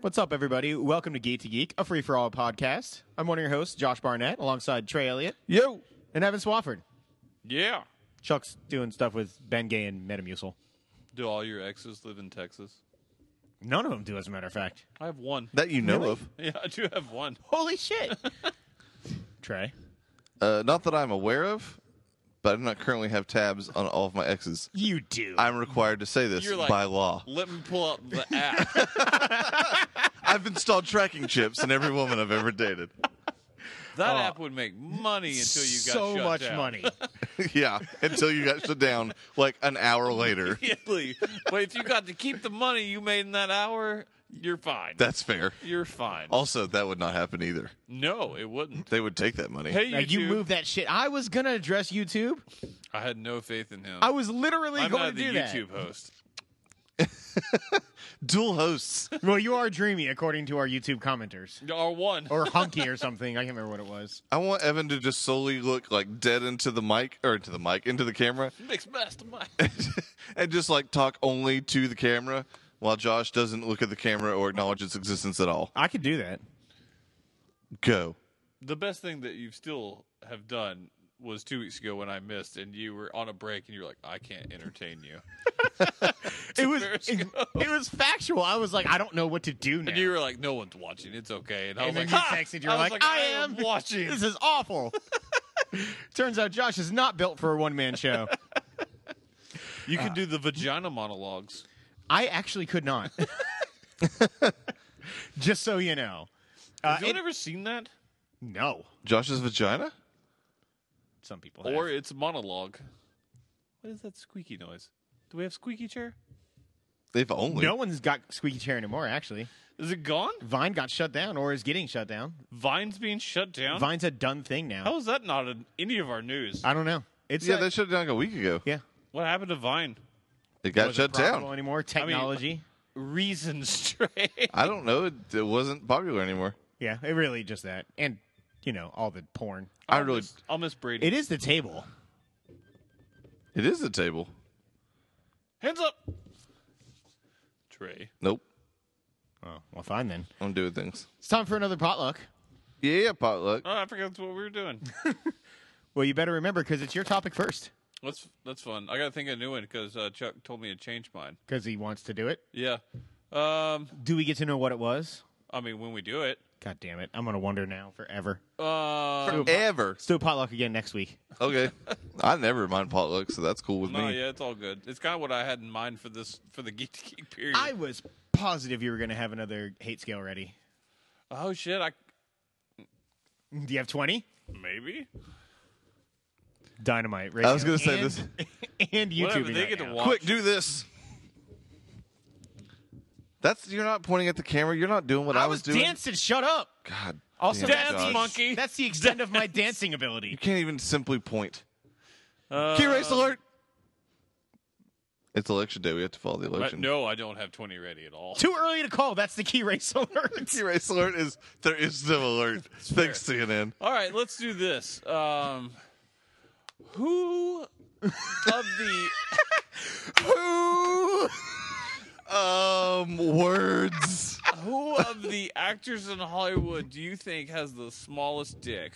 What's up, everybody? Welcome to Geek to Geek, a free for all podcast. I'm one of your hosts, Josh Barnett, alongside Trey Elliott Yo. and Evan Swafford. Yeah. Chuck's doing stuff with Ben Gay and Metamucil. Do all your exes live in Texas? None of them do, as a matter of fact. I have one. That you know of. yeah, I do have one. Holy shit! Trey, Uh, not that I'm aware of, but I do not currently have tabs on all of my exes. you do. I'm required to say this You're like by law. Let me pull up the app. I've installed tracking chips in every woman I've ever dated. That app would make money until you got Uh, so shut much down. money. yeah, until you got shut down like an hour later. Really. but if you got to keep the money you made in that hour, you're fine. That's fair. you're fine. Also, that would not happen either. no, it wouldn't. They would take that money. Hey, Now, YouTube. you move that shit. I was gonna address YouTube. I had no faith in him. I was literally I'm going not to do the that. YouTube host. Dual hosts. Well, you are dreamy, according to our YouTube commenters, Or one. or hunky, or something. I can't remember what it was. I want Evan to just solely look like dead into the mic or into the mic, into the camera, Mixed mastermind. and just like talk only to the camera while Josh doesn't look at the camera or acknowledge its existence at all. I could do that. Go. the best thing that you still have done was two weeks ago when I missed and you were on a break and you were like, I can't entertain you. It was Years it, it was factual. I was like, I don't know what to do now. And you were like, no one's watching. It's okay. And I And was then like, you "Ha!" texted, you were Oh I was like, "I am." watching. this is awful. Turns out Josh is not built for a one man show. You can do the vagina monologues. I actually could not. Just so you know. Uh, Have you it- ever seen that? no. Josh's vagina? Some people. Or have. it's monologue. What is that squeaky noise? Do we have squeaky chair? If only. no one's got squeaky chair anymore, actually. Is it gone? Vine got shut down or is getting shut down. Vine's being shut down. Vine's a done thing now. How is that not in any of our news? I don't know. It's Yeah, uh, they shut it down like a week ago. yeah. What happened to Vine? It got Wasn't shut down. profitable anymore. Technology. Reason straight. I don't know. It, it wasn't popular anymore. yeah, it really just that. And you know, all the porn. I really. I'll miss Brady. It is the table. It is the table. Hands up. Trey. Nope. Oh, well fine then. I'm doing things. It's time for another potluck. Yeah, potluck. Oh, I forgot that's what we were doing. Well, you better remember because it's your topic first. that's that's fun. I gotta think of a new one because uh, Chuck told me to change mine. Because he wants to do it. Yeah. Um. Do we get to know what it was? I mean, when we do it. God damn it. I'm going to wonder now forever. Uh. Ever. Let's do a potluck again next week. Okay. I never mind potluck, so that's cool with No, me. yeah, it's all good. It's kind of what I had in mind for this for the geek to geek period. I was positive you were going to have another hate scale ready. oh shit! I Do you have 20? maybe Dynamite. I was radio, going to say and- this. And YouTube. whatever they right get to now. watch. Quick, do this. That's you're not pointing at the camera. You're not doing what I, I was doing. dancing. Shut up. God. Also, damn, that's Dance, the- Josh. monkey. That's the extent of my dancing ability. You can't even simply point. Uh, Key race alert. It's election day. We have to follow the but election. no, I don't have twenty ready at all. Too early to call. That's the key race alert. Key race alert is there is no alert. Thanks, CNN. All right, let's do this. Um, who of the Who? um, words. who of the actors in Hollywood do you think has the smallest dick?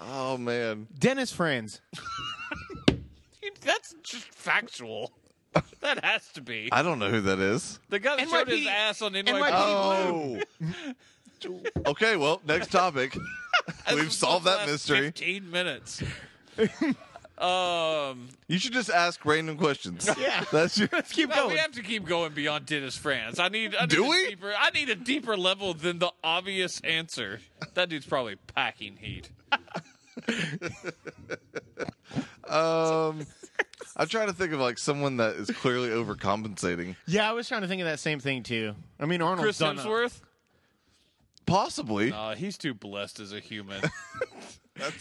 Oh man, Dennis Franz. That's just factual. That has to be I don't know who that is. the guy that NYPD showed his ass on NYPD. Oh. okay. Well, next topic. Blue. Oh, We've This solved was the that last mystery. Fifteen minutes. um, You should just ask random questions. Yeah. That's your. Let's keep no, we going. have to keep going beyond Dennis Franz. I need. I need Do a we? Deeper, I need a deeper level than the obvious answer. That dude's probably packing heat. Um, I'm trying to think of like someone that is clearly overcompensating. Yeah, I was trying to think of that same thing too. I mean, Arnold's Chris done. a- Hemsworth. Possibly. Uh, he's too blessed as a human.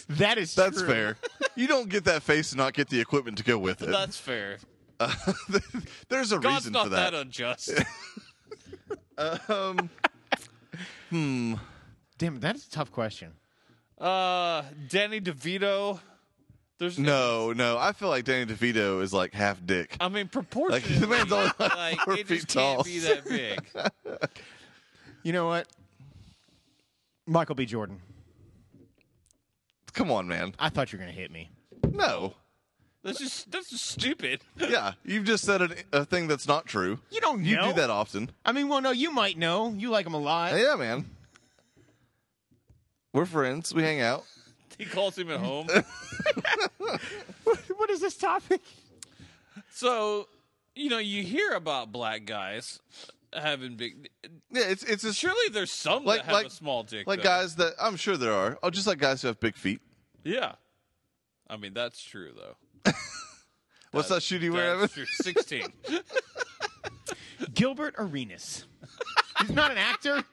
That is That's true. fair. You don't get that face and not get the equipment to go with it. That's fair. Uh, there's a God's reason not for that. unjust. um, Damn, that's a tough question. uh, Danny DeVito. There's no, no. I feel like Danny DeVito is like half dick. I mean, Like proportionally, the man's only like, like four it feet just tall. can't be that big. You know what? Michael B. Jordan. Come on, man. I thought you were gonna hit me. No. That's just that's just stupid. Yeah, you've just said an, a thing that's not true. You don't You know. do that often. I mean, well, no, you might know. You like him a lot. Yeah, man. We're friends. We hang out. He calls him at home. what is this topic? So, you know, you hear about black guys having big. Yeah, it's it's just Surely there's some Like- that have like- a small dick. like though. guys that I'm sure there are. Oh, just like guys who have big feet. Yeah. I mean, that's true though. What's that shoe you wear, Evan? That's true. Sixteen. Gilbert Arenas. He's not an actor,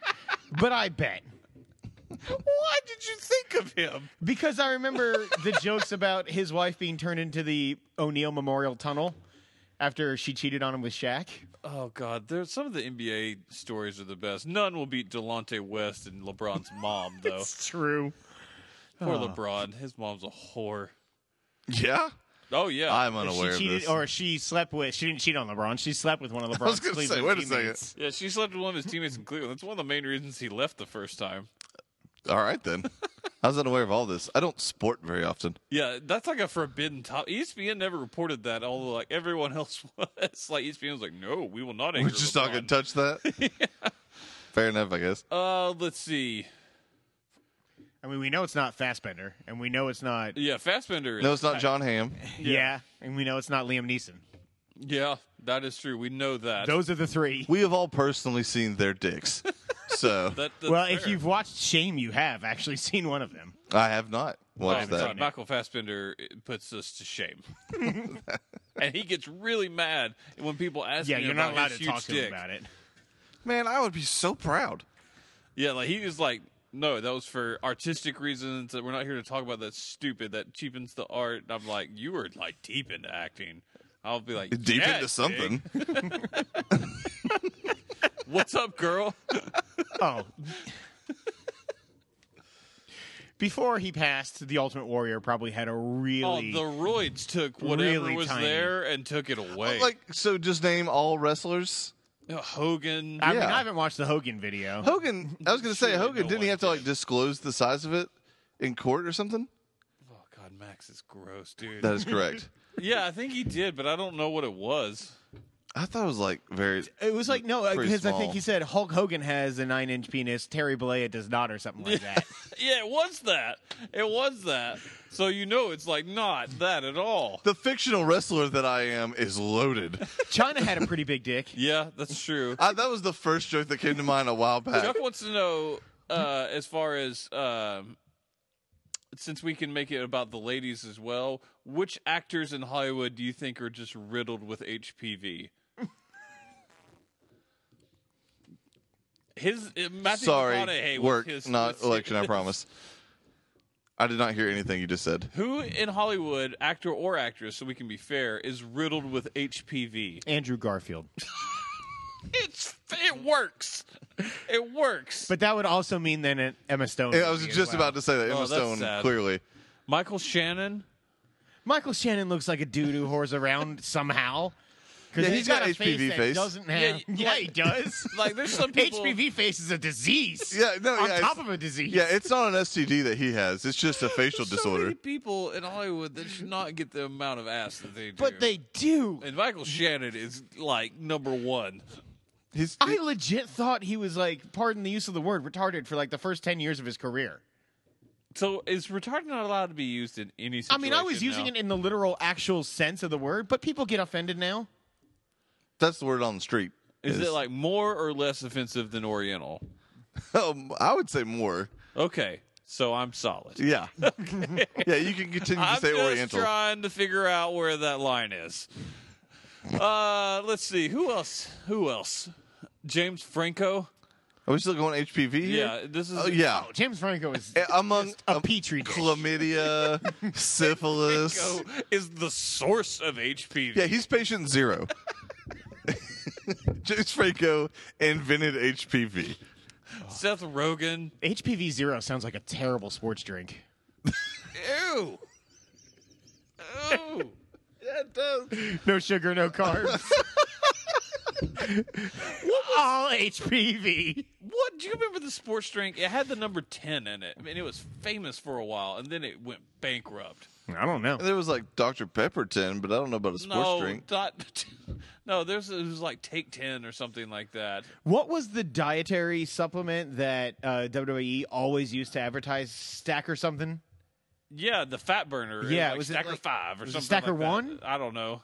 but I bet. Why did you think of him? Because I remember the jokes about his wife being turned into the O'Neill Memorial Tunnel after she cheated on him with Shaq. Oh God, there's some of the NBA stories are the best. None will beat Delonte West and LeBron's mom though. true. Poor uh. LeBron, his mom's a whore. Yeah, Oh yeah, I'm she unaware of cheated, this. or she slept with. She didn't cheat on LeBron. She slept with one of LeBron's I was gonna Cleveland say, wait a teammates. second. yeah. She slept with one of his teammates in Cleveland. That's one of the main reasons he left the first time. All right then. I was unaware of all this. I don't sport very often. Yeah, that's like a forbidden top. E ESPN never reported that, although like everyone else was. Like E ESPN was like, no, we will not. We're anger just not LeBron." gonna touch that. Fair enough, I guess. Uh, let's see. I mean, we know it's not Fassbender, and we know it's not. Yeah, Fassbender. Is No, it's not John Hamm. Yeah, and we know it's not Liam Neeson. Yeah, that is true. We know that. Those are the three. We have all personally seen their dicks, so that that's well, if fair. you've watched Shame, you have actually seen one of them. I have not Oh, watched God, that. Michael Fassbender puts us to shame, and he gets really mad when people ask. Yeah, him you're not about allowed his to talk huge to him dick. about it. Man, I would be so proud. Yeah, like he was like, no, that was for artistic reasons. That we're not here to talk about. That's stupid. That cheapens the art. And I'm like, you were like deep into acting. I'll be like, Deep "Yeah, into Nick. something. What's up, girl? Oh. Before he passed, the Ultimate Warrior probably had a oh, really. the roids took whatever Really was tiny. there and took it away. Like, so just name all wrestlers. Hogan. I mean, yeah. I haven't watched the Hogan video. Hogan, I was gonna say Surely Hogan. no didn't he one have to like did. disclose the size of it in court or something? oh God, Max is gross, dude. That is correct. yeah, I think he did, but I don't know what it was. I thought it was like very. It was like no, Pretty because I small. think he said Hulk Hogan has a nine-inch penis, Terry Bollea does not, or something like that. Yeah, it was that. It was that. So you know it's like not that at all. The fictional wrestler that I am is loaded. China had a pretty big dick. Yeah, that's true. I, that was the first joke that came to mind a while back. Chuck wants to know uh, as far as um, since we can make it about the ladies as well, which actors in Hollywood do you think are just riddled with HPV? His uh, Matthew McConaughey Sorry, was work, his, not was election. I his- promise. I did not hear anything you just said. Who in Hollywood, actor or actress, so we can be fair, is riddled with HPV? Andrew Garfield. It's it works. It works. But that would also mean then an Emma Stone. Yeah, I was movie as just well. about to say that Emma Oh, that's Stone sad. clearly. Michael Shannon. Michael Shannon looks like a dude who whores around somehow. Because Yeah, he's got HPV that face. Doesn't have. y- Yeah, yeah. he does. Like there's some people HPV face is a disease. Yeah, no, on yeah, top it's- of a disease. Yeah, it's not an STD that he has. It's just a facial There's so disorder. many people in Hollywood that should not get the amount of ass that they do. but they do. and Michael Shannon is like number one. He's I legit thought he was like, pardon the use of the word, retarded for like the first ten years of his career. So is retarded not allowed to be used in any? I Situation mean, I was using now? it in the literal, actual sense of the word, but people get offended now. that's the word on the street. Is it like more or less offensive than Oriental? Um, I would say more. Okay, so I'm solid. Yeah. yeah, you can continue to I'm say just Oriental. trying to figure out where that line is. Uh, let's see. Who else? Who else? James Franco. Are we still going HPV? here? Yeah, this is Oh yeah. Oh, James Franco is A- Among a um, petri dish. chlamydia, syphilis. Go is the source of HPV. Yeah, he's patient zero. James Franco invented HPV. Seth Rogen. HPV zero sounds like a terrible sports drink. Ew. Ew. No sugar, no carbs. All HPV. What do you remember the sports drink? It had the number ten in it. I mean, it was famous for a while, and then it went bankrupt. I don't know. There was like Dr. Pepper tin, but I don't know about a sports no, drink. Not, no, there's it was like Take Ten or something like that. What was the dietary supplement that uh, WWE always used to advertise? Stack or something? Yeah, the Fat Burner. Yeah, it was was it like Stacker like- Five or was it something. Stacker like that. One? I don't know.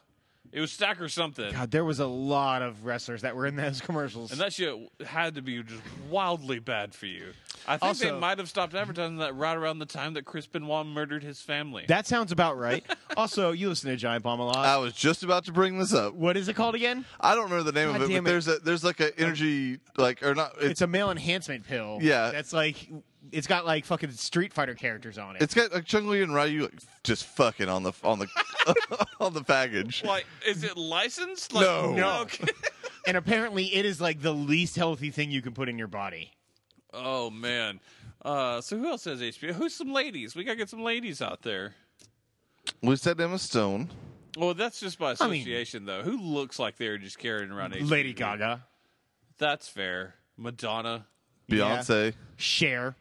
It was Stacker something, God, there was a lot of wrestlers that were in those commercials. and that shit had to be just wildly bad for you. I think they Also- might have stopped advertising that right around the time that Chris Benoit murdered his family. That sounds about right. also, you listen to Giant Bomb a lot. I was just about to bring this up. what is it called again? I don't remember the name God of it, damn but it. there's a there's like a energy like or not it's It's a male enhancement pill. Yeah. That's like, it's got like fucking Street Fighter characters on it. it's got like Chung Li and Ryu like just fucking on the on the on the package. like, is it licensed? Like, No. No. okay. and apparently, it is like the least healthy thing you can put in your body. Oh man. Uh, so who else has HBO? Who's some ladies? We gotta get some ladies out there. We said Emma Stone. Well, that's just by I mean- association, though. Who looks like they're just carrying around HBO? Lady Gaga, That's fair. Madonna. Beyonce. Cher.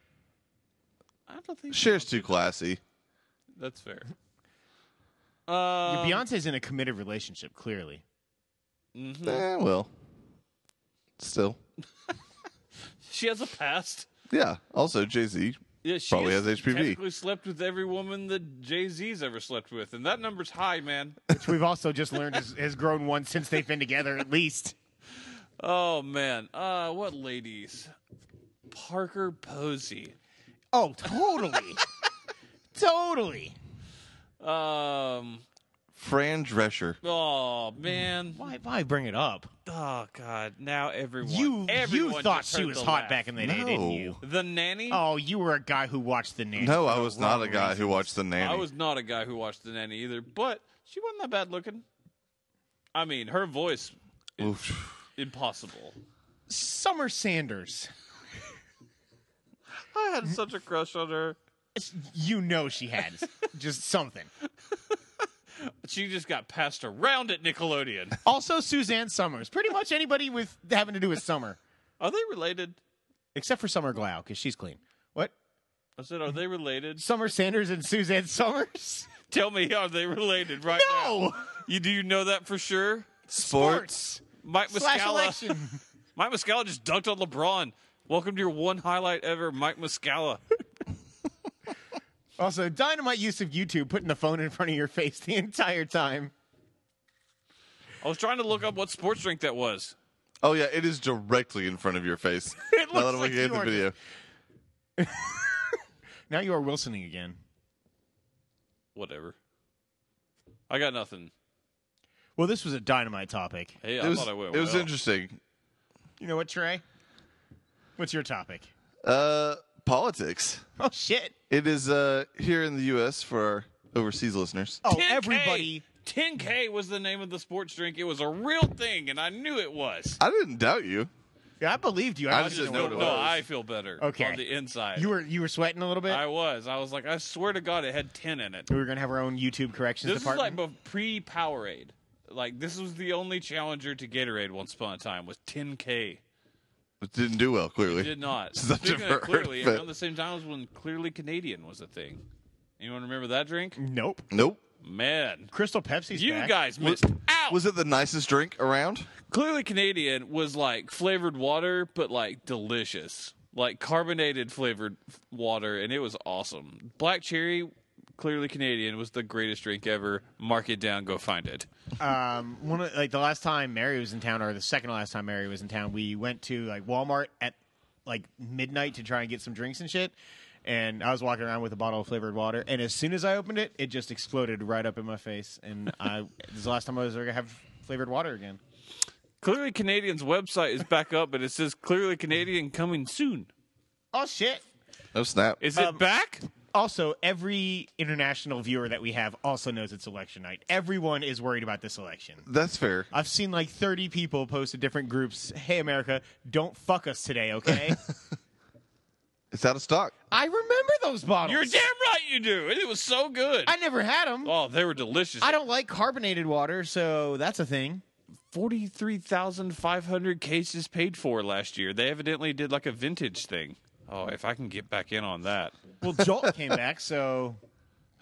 I don't think Cher's too classy. that's fair. Uh, Beyonce's in a committed relationship, clearly. Eh, well. Still. she has a past. Yeah. Also Jay Z. Yeah, she Probably has has HPV. Technically, slept with every woman that Jay Z's ever slept with, and that number's high, man. Which we've also just learned has, has grown once since they've been together, at least. oh man. Uh, what ladies? Parker Posey. Oh, totally. totally. Um. Fran Drescher. Oh man. Why, why bring it up? Oh God! Now everyone, You everyone you thought just she heard was the hot laugh. back in the day, didn't No. you? the nanny. Oh, you were a guy who watched the nanny. No, for I the was not wrong a guy reason. who watched The Nanny. I was not a guy who watched the nanny either, but she wasn't that bad looking. I mean, her voice Oof. impossible. Summer Sanders. I had such a crush on her. You know she had just something. She just got passed around at Nickelodeon. Also, Suzanne Summers. Pretty much anybody with having to do with summer, Are they related? except for Summer Glau, because she's clean. What? I said, are they related? Summer Sanders and Suzanne Summers? Tell me, are they related right now? No. You do you know that for sure? Sports. Mike slash Muscala. election. Mike Muscala just dunked on LeBron. Welcome to your one highlight ever, Mike Muscala. Also, dynamite use of YouTube, putting the phone in front of your face the entire time. I was trying to look up what sports drink that was. Oh yeah, it is directly in front of your face. It now that looks I'm like looking at you the are video. Now you are Wilsoning again. Whatever. I got nothing. Well, this was a dynamite topic. Hey, It I was, thought I went. it was well. interesting. You know what, Trey? What's your topic? Uh, politics. Oh shit! It is uh, here in the U.S. for our overseas listeners. Oh, 10K. everybody. 10K was the name of the sports drink. It was a real thing, and I knew it was. I didn't doubt you. Yeah, I believed you. I wanted just to know No, know what it no, what was. I feel better. Okay. On the inside. You were you were sweating a little bit. I was. I was like, I swear to God, it had 10 in it. we were gonna have our own YouTube corrections This is department. like pre Powerade. Like, this was the only challenger to Gatorade once upon a time, was 10K. It didn't do well, clearly. Did not. Such a Speaking of bird, clearly, but- around the same time was when Clearly Canadian was a thing. Anyone remember that drink? nope. Nope. Man. Crystal Pepsi's You back. guys missed out. Was it the nicest drink around? clearly Canadian was like flavored water, but like delicious, like carbonated flavored f- water, and it was awesome. Black cherry, clearly Canadian, was the greatest drink ever. Mark it down, go find it. Um, one of, like the last time Mary was in town, or the second to last time Mary was in town, we went to like Walmart at like midnight to try and get some drinks and shit. And I was walking around with a bottle of flavored water, and as soon as I opened it, it just exploded right up in my face. And I this is the last time I was ever gonna have flavored water again. Clearly Canadian's website is back up, and it says Clearly Canadian coming soon. Oh shit! Oh snap! Is it back? Also, every international viewer that we have also knows it's election night. Everyone is worried about this election. That's fair. I've seen like 30 people post to different groups, "Hey America, don't fuck us today, okay?" It's out of stock. I remember those bottles. You're damn right you do. and It was so good. I never had them. oh, they were delicious. I don't like carbonated water, so that's a thing. 43,500 cases paid for last year. They evidently did like a vintage thing. Oh, if I can get back in on that. Well, Jolt came back, so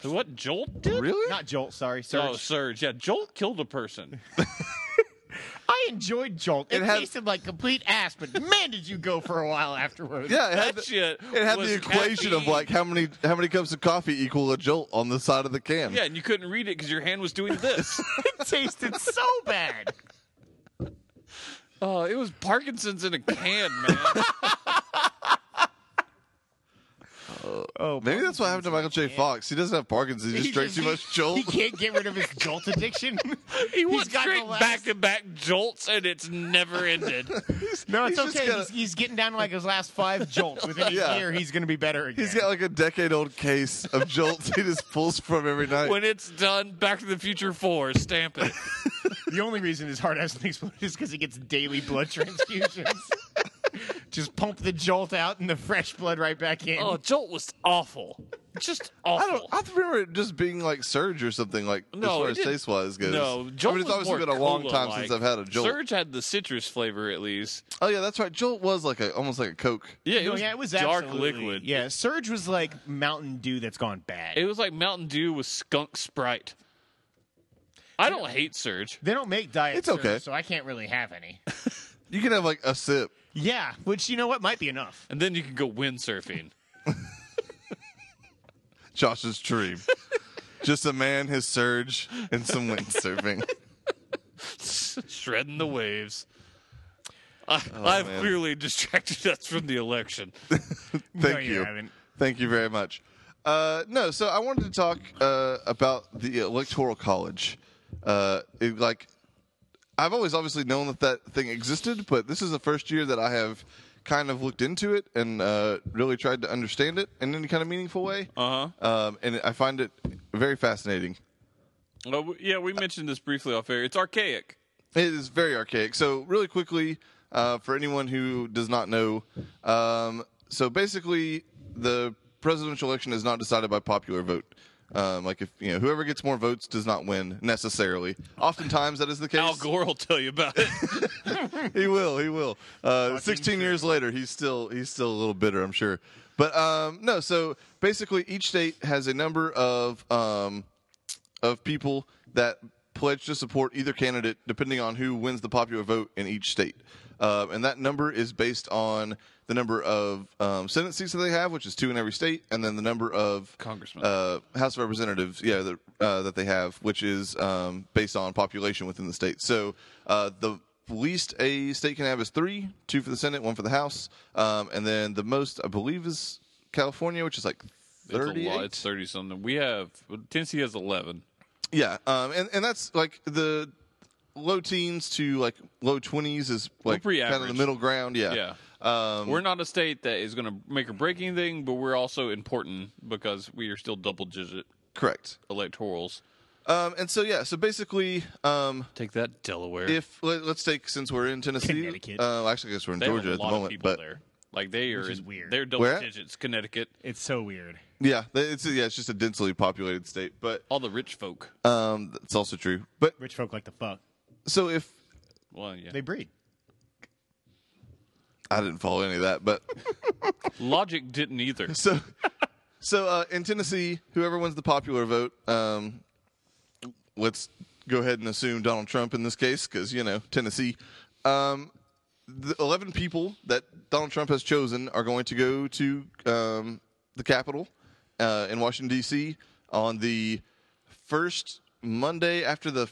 What Jolt did? Really? not Jolt. Sorry, Oh, Surge. Surge. Yeah, Jolt killed a person. I enjoyed Jolt. It, It had- tasted like complete ass, but man, did you go for a while afterwards. Yeah, it had, That the, shit. it had was the equation of caffeine. like how many how many cups of coffee equal a jolt on the side of the can. Yeah, and you couldn't read it because your hand was doing this. it tasted so bad. oh, it was Parkinson's in a can, man. Oh, Maybe that's what happened to Michael J. Fox. He doesn't have Parkinson's. He just drank too much He jolt. can't get rid of his Jolt addiction. he He's would got the drink last- back to back jolts, and it's never ended. No, it's He's just okay. gotta- he's, he's getting down to like his last five jolts. Within a Yeah. year, he's going to be better again. He's got like a decade old case of jolts he just pulls from every night. when it's done, Back to the Future Four, stamp it. The only reason his heart hasn't exploded is because he gets daily blood transfusions. Just pump the jolt out and the fresh blood right back in. Oh, Jolt was awful. Just I don't. awful. I remember it just being like Surge or something like No, it as far as didn't- taste wise goes. No, I Jolt mean it's was more obviously been a long time cola-like. since I've had a jolt. Surge had the citrus flavor at least. Oh yeah, that's right. Jolt was like a almost like a Coke. Yeah, it No, was, yeah, it was dark absolutely- liquid. Yeah, Surge was like Mountain Dew that's gone bad. It was like Mountain Dew with skunk Sprite. I don't hate Surge. they don't make diet. It's Surge, okay. so I can't really have any. You can have like a sip. yeah, which you know what might be enough. And then you can go windsurfing. Josh's dream. just a man, his Surge, and some windsurfing. shredding the waves. I, I've Oh, man. clearly distracted us from the election. Thank No, you you. haven't. Thank you very much. Uh, no, so I wanted to talk uh, about the Electoral College. Uh, it, like, I've always obviously known that that thing existed, but this is the first year that I have kind of looked into it and uh, really tried to understand it in any kind of meaningful way. Uh-huh. Um, and I find it very fascinating. Well, Uh, we- yeah, we mentioned this briefly off air. It's archaic. It is very archaic. So, really quickly, uh, for anyone who does not know, um, so basically, the presidential election is not decided by popular vote. Um, like if you know whoever gets more votes does not win necessarily. Oftentimes that is the case. Al Gore will tell you about it. he will. He will. Uh, Sixteen years later, he's still he's still a little bitter, I'm sure. But um, no. So basically, each state has a number of um, of people that pledge to support either candidate, depending on who wins the popular vote in each state. Um, and that number is based on the number of um, Senate seats that they have, which is two in every state, and then the number of Congressmen. uh, House of Representatives, yeah, that, uh, that they have, which is um, based on population within the state. So uh, the least a state can have is three, two for the Senate, one for the House, um, and then the most, I believe, is California, which is like It's a lot. 38. It's 30 something. We have, Tennessee has 11. Yeah, um, and and that's like the low teens to like low twenties is like pretty kind of the average. middle ground. Yeah, Um, Yeah. we're not a state that is going to make or break anything, but we're also important because we are still double digit correct. electorals. Um, and so yeah, so basically, um, Take that, Delaware. if let, let's take since we're in Tennessee, Connecticut. uh, actually, I guess we're in they Georgia have at a the lot of moment, people but there. Like they are, is in- weird. They're double Where at? digits. Connecticut, It's so weird. yeah, they- it's yeah, it's just a densely populated state, but all the rich folk. um, that's also true. But Rich folk like to fuck. so if Well, yeah. They breed. I didn't follow any of that, but Logic didn't either. so so uh, in Tennessee, whoever wins the popular vote, um, let's go ahead and assume Donald Trump in this case, because you know Tennessee. Um, the eleven people that Donald Trump has chosen are going to go to um, the Capitol uh, in Washington D.C. on the first Monday after the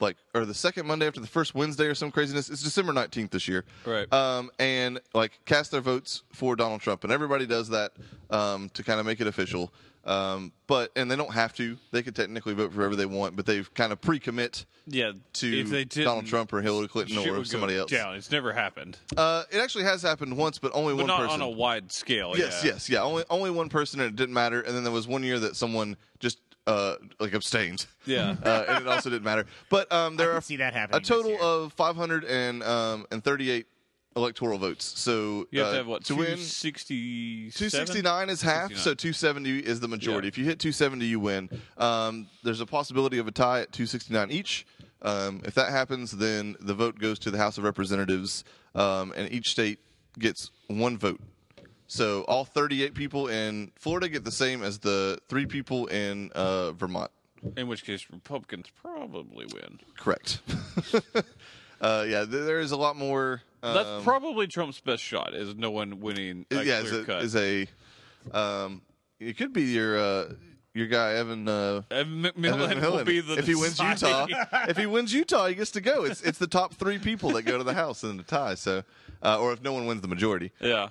like or the second Monday after the first Wednesday or some craziness. It's December nineteenth this year, Right. Um, and like cast their votes for Donald Trump, and everybody does that um, to kind of make it official. Um, but and they don't have to; they could technically vote for whoever they want, but they kind of pre-commit Yeah, to if they Donald didn't, Trump or Hillary Clinton shit or would go somebody else. Down. It's never happened, Uh, it actually has happened once, but only but one not person. on a wide scale. yes, yeah. yes, yeah. Only only one person, and it didn't matter. And then there was one year that someone just uh, like abstains. Yeah. uh, and it also didn't matter. But um, there I are could see that happening a this total year. of 538 um, electoral votes. So You have uh, to have what to win. 260 269 is half, 69. so 270 is the majority. Yeah. If you hit 270, you win. Um, there's a possibility of a tie at 269 each. Um, if that happens, then the vote goes to the House of Representatives, um, and each state gets one vote. So all 38 people in Florida get the same as the three people in uh, Vermont. In which case, Republicans probably win. Correct. uh, yeah, th- there is a lot more. Um, That's probably Trump's best shot. Is no one winning? A yeah, is clear a, cut. is a um, it could be your uh, your guy Evan. Uh, And M- Evan Millen will Hillen. be the if he wins Utah, deciding- if he wins Utah, he gets to go. It's it's the top three people that go to the house in the tie. So, uh, or if no one wins the majority. yeah,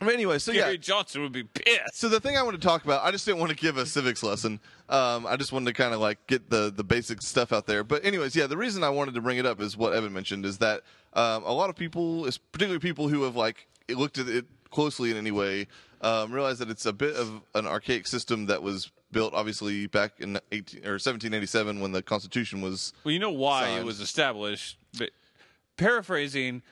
But anyway, so Gary yeah, Johnson would be pissed. so the thing I want to talk about, I just didn't want to give a civics lesson. Um, I just wanted to kind of like get the the basic stuff out there. But anyways, yeah, the reason I wanted to bring it up is what Evan mentioned is that um, a lot of people, is- particularly people who have like looked at it closely in any way, um, realize that it's a bit of an archaic system that was built obviously back in 18 or 1787 when the Constitution was. Well, you know why Signed. it was established. But paraphrasing,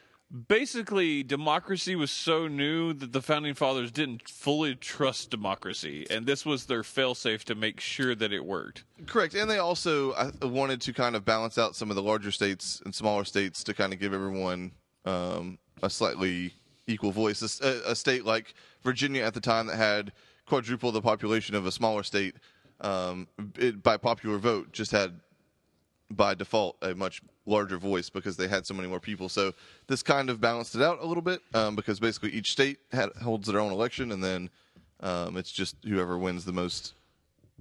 basically, democracy was so new that the founding fathers didn't fully trust democracy, and this was their failsafe to make sure that it worked. Correct, and they also I wanted to kind of balance out some of the larger states and smaller states to kind of give everyone um, a slightly equal voice. A s- A, a state like Virginia at the time that had quadruple the population of a smaller state um, it, by popular vote just had by default a much larger voice because they had so many more people. So this kind of balanced it out a little bit um, because basically each state had, holds their own election, and then um, it's just whoever wins the most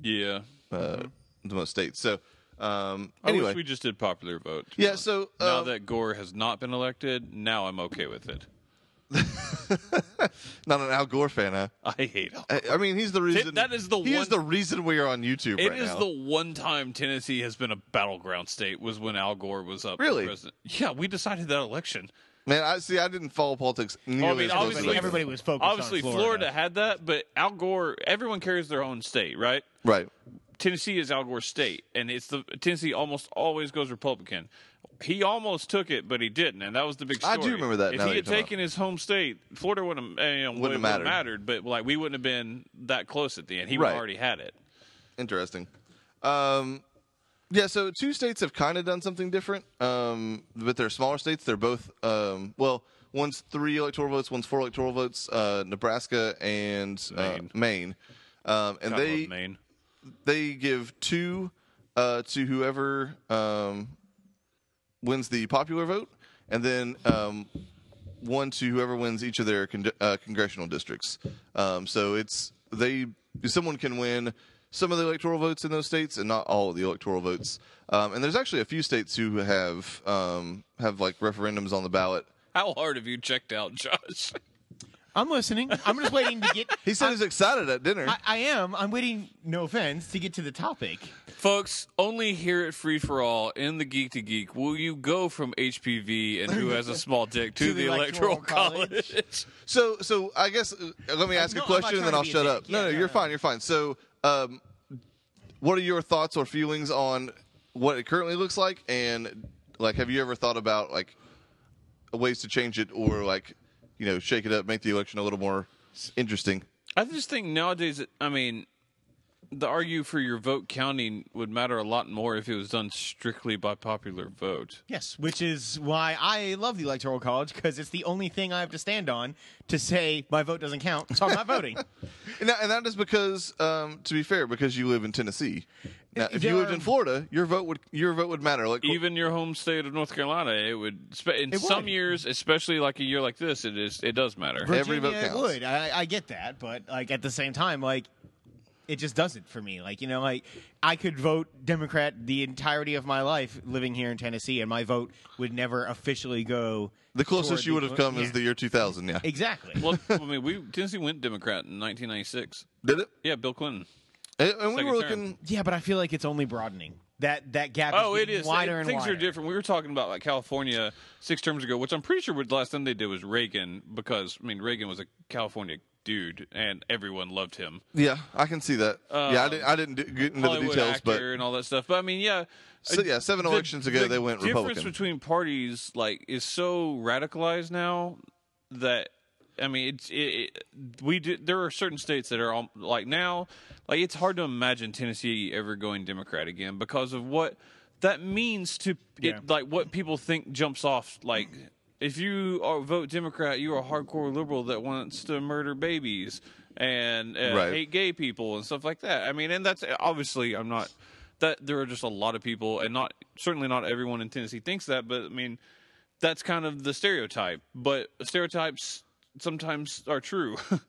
Yeah. uh, the most states. So um, I anyway, wish we just did popular vote. yeah. So now uh, that Gore has not been elected, now I'm okay with it. not an Al Gore fan, huh? I hate him. I, I mean, he's the reason. that is the he is one- the reason we are on YouTube. It right is now. the one time Tennessee has been a battleground state was when Al Gore was up. for Really? president. Yeah, we decided that election. man. I see. I didn't follow politics. Nearly mean, as closely obviously as you. everybody was focused Obviously, on Florida. had that, but Al Gore. Everyone carries their own state, right? Right. Tennessee is Al Gore's state, and it's the Tennessee almost always goes Republican. He almost took it, but he didn't, and that was the big I story. do remember that If now that he you had come up. taken his home state, Florida would have eh, you know, would've- Wouldn't have would've mattered. mattered, but like we wouldn't have been that close at the end. He Right. would already had it. Interesting. Um, yeah, so two states have kind of done something different, um, but they're smaller states. They're both um, well, one's three electoral votes, one's four electoral votes. Uh, Nebraska and uh, Maine, Maine. Um, God and love they Maine. they give two uh, to whoever um, wins the popular vote, and then um, one to whoever wins each of their con- uh, congressional districts. Um, so it's they someone can win some of the electoral votes in those states, and not all of the electoral votes. Um, and there's actually a few states who have um, have like referendums on the ballot. How hard have you checked out, Josh? I'm listening. I'm just waiting to get. He said he's excited at dinner. I, I am. I'm waiting. No offense to get to the topic. Folks, only here at Free for All in the Geek to Geek will you go from HPV and who has a small dick to, the, Electoral, College. So, so I guess uh, let me ask no, a I'm question not and trying then to I'll be a shut dick. up. no, Yeah, no, no, you're no. fine. You're fine. So, um, what are your thoughts or feelings on what it currently looks like, and like, have you ever thought about like ways to change it or like, you know, shake it up, make the election a little more interesting? I just think nowadays, it- I mean, the argue for your vote counting would matter a lot more if it was done strictly by popular vote. Yes, which is why I love the Electoral College because it's the only thing I have to stand on to say my vote doesn't count, so I'm not voting. And that, and that is because, um, to be fair, because you live in Tennessee. Now, if you There lived are- in Florida, your vote would your vote would matter. Like, Even your home state of North Carolina, it would. spe- In It some would. years, especially like a year like this, it is. It does matter. Every vote Virginia counts. would. I, I get that, but like at the same time, like It just doesn't for me. Like you know, like I could vote Democrat the entirety of my life living here in Tennessee, and my vote would never officially go. The closest toward you would have come yeah. is the year 2000. Yeah, exactly. Well, I mean, we Tennessee went Democrat in 1996. did it? Yeah, Bill Clinton. And, and we Second were term. looking. yeah, but I feel like it's only broadening that that gap. Oh, is it getting is. wider It- and things wider. are different. We were talking about like California six terms ago, which I'm pretty sure was the last thing they did was Reagan because I mean Reagan was a California dude and everyone loved him. Yeah, I can see that. yeah, I Um, didn't. I didn't do, get into the Hollywood details, actor but and all that stuff. But I mean, yeah. So, yeah, seven elections ago, they went Republican. difference between parties like is so radicalized now that I mean, it's it, it, we do, there are certain states that are all, like now, like it's hard to imagine Tennessee ever going Democrat again because of what that means to Yeah. it, like what people think jumps off like. If you are, vote Democrat, you are a hardcore liberal that wants to murder babies and uh, Right. hate gay people and stuff like that. I mean, and that's obviously I'm not that there are just a lot of people and not certainly not everyone in Tennessee thinks that, but I mean that's kind of the stereotype. But stereotypes sometimes are true.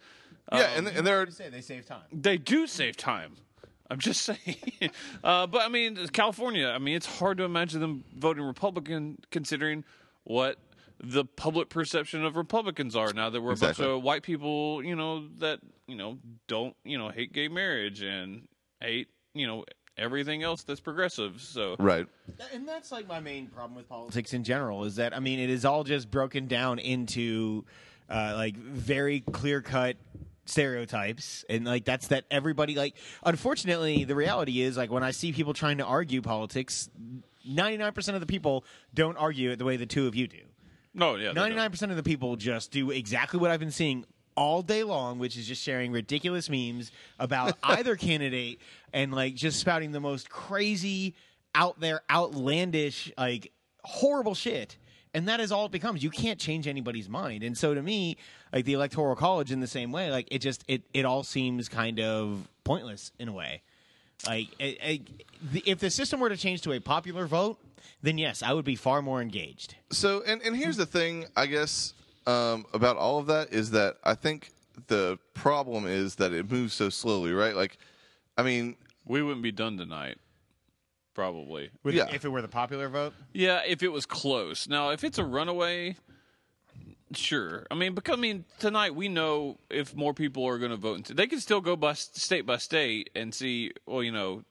yeah, um, and, and there are They say they save time. they do save time. I'm just saying. uh, but I mean, California. I mean, it's hard to imagine them voting Republican considering what the public perception of Republicans are now that we're Exactly. a bunch of white people, you know, that you know don't you know hate gay marriage and hate you know everything else that's progressive. So right. And that's like my main problem with politics in general is that I mean it is all just broken down into uh, like very clear cut stereotypes and like that's that everybody like unfortunately the reality is like when I see people trying to argue politics, ninety nine percent of the people don't argue it the way the two of you do. no, yeah, they don't. Ninety nine percent of the people just do exactly what I've been seeing all day long, which is just sharing ridiculous memes about either candidate and like just spouting the most crazy, out there, outlandish, like horrible shit. And that is all it becomes. You can't change anybody's mind. And so to me, like the electoral college in the same way, like it just it it all seems kind of pointless in a way. Like, I- I- the- if the system were to change to a popular vote, then yes, I would be far more engaged. So, and, and here's the thing, I guess, um, about all of that is that I think the problem is that it moves so slowly, right? Like, I mean, we wouldn't be done tonight, probably. With Yeah. If it were the popular vote, Yeah, if it was close. Now, if it's a runaway, sure. I mean, because I mean, tonight we know if more people are going to vote. Into, they can still go by s- state by state and see. Well, you know,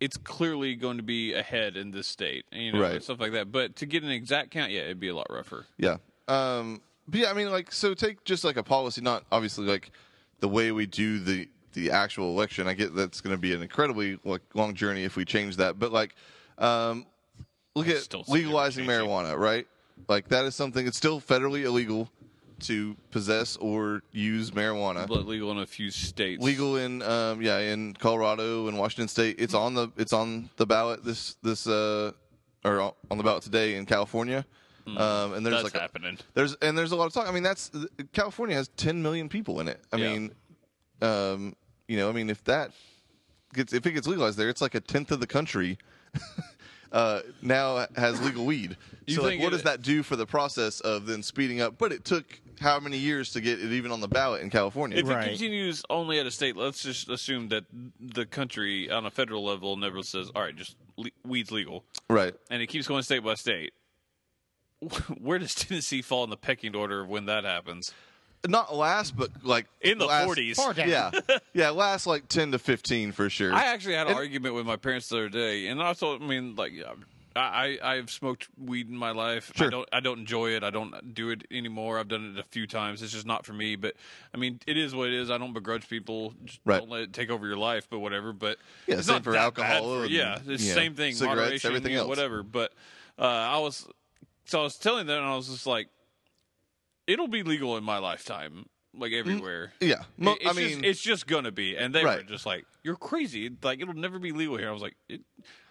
it's clearly going to be ahead in this state, and, you know, Right. and stuff like that. But to get an exact count, yeah, it'd be a lot rougher. yeah. Um, but yeah, I mean, like, so take just like a policy, not obviously like the way we do the the actual election. I get that's going to be an incredibly like long journey if we change that, but like, um, look I at still see it legalizing changing. marijuana, right? Like that is something it's still federally illegal to possess or use marijuana. But legal in a few states. legal in um, yeah in Colorado and Washington State. It's on the it's on the ballot this this uh, or on on the ballot today in California. Um, and there's Hmm. That's like a, happening. there's and there's a lot of talk. I mean, that's California has 10 million people in it. I Yeah. mean, um, you know, I mean, if that gets if it gets legalized there, it's like a tenth of the country uh, now has legal weed. You so, like, think what it- does that do for the process of then speeding up? But it took how many years to get it even on the ballot in California? If Right. it continues only at a state, let's just assume that the country on a federal level never says, "All right, just le- weed's legal." right. and it keeps going state by state. Where does Tennessee fall in the pecking order of when that happens? not last, but like In the last- 40s. far down. Yeah, yeah, last like ten to fifteen for sure. I actually had an argument with my parents the other day, and I told, I mean, like, I, I I've smoked weed in my life. I Sure. don't I don't enjoy it. I don't do it anymore. I've done it a few times. It's just not for me. But I mean, it is what it is. I don't begrudge people. Just Right. Don't let it take over your life, but whatever. But Yeah, it's same not for that bad alcohol for- and, yeah, it's you know, same thing. cigarettes, moderation, everything you know, else. whatever. But uh, I was so I was telling them, and I was just like, it'll be legal in my lifetime, like Mm-hmm. everywhere. yeah, Mo- It- it's I mean, just, it's just gonna be, and they were Right. just like, "You're crazy! Like it'll never be legal here." I was like, "It,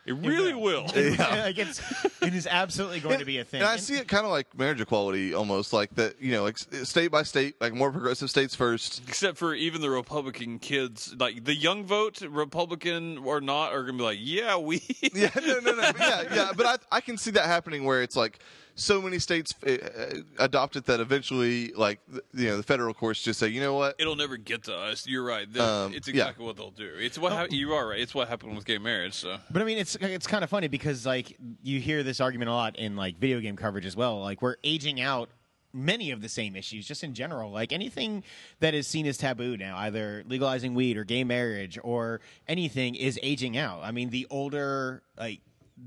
it really will." like it's, it is absolutely going to be a thing. And I see it kind of like marriage equality, almost like that. You know, like s- state by state, like more progressive states first. Except for even the Republican kids, like the young vote, Republican or not, are gonna be like, "Yeah, we." Yeah, no, no, no. but yeah, yeah. But I, I can see that happening where it's like so many states uh, adopt it that eventually, like th- you know, the federal courts just say, you know what, It'll never get to us. You're right. That- Um, it's yeah. exactly what they'll do. It's what hap- you are right. It's what happened with gay marriage. So But I mean, it's it's kind of funny because like you hear this argument a lot in like video game coverage as well. Like we're aging out many of the same issues just in general. Like anything that is seen as taboo now, either legalizing weed or gay marriage or anything, is aging out. I mean, the older like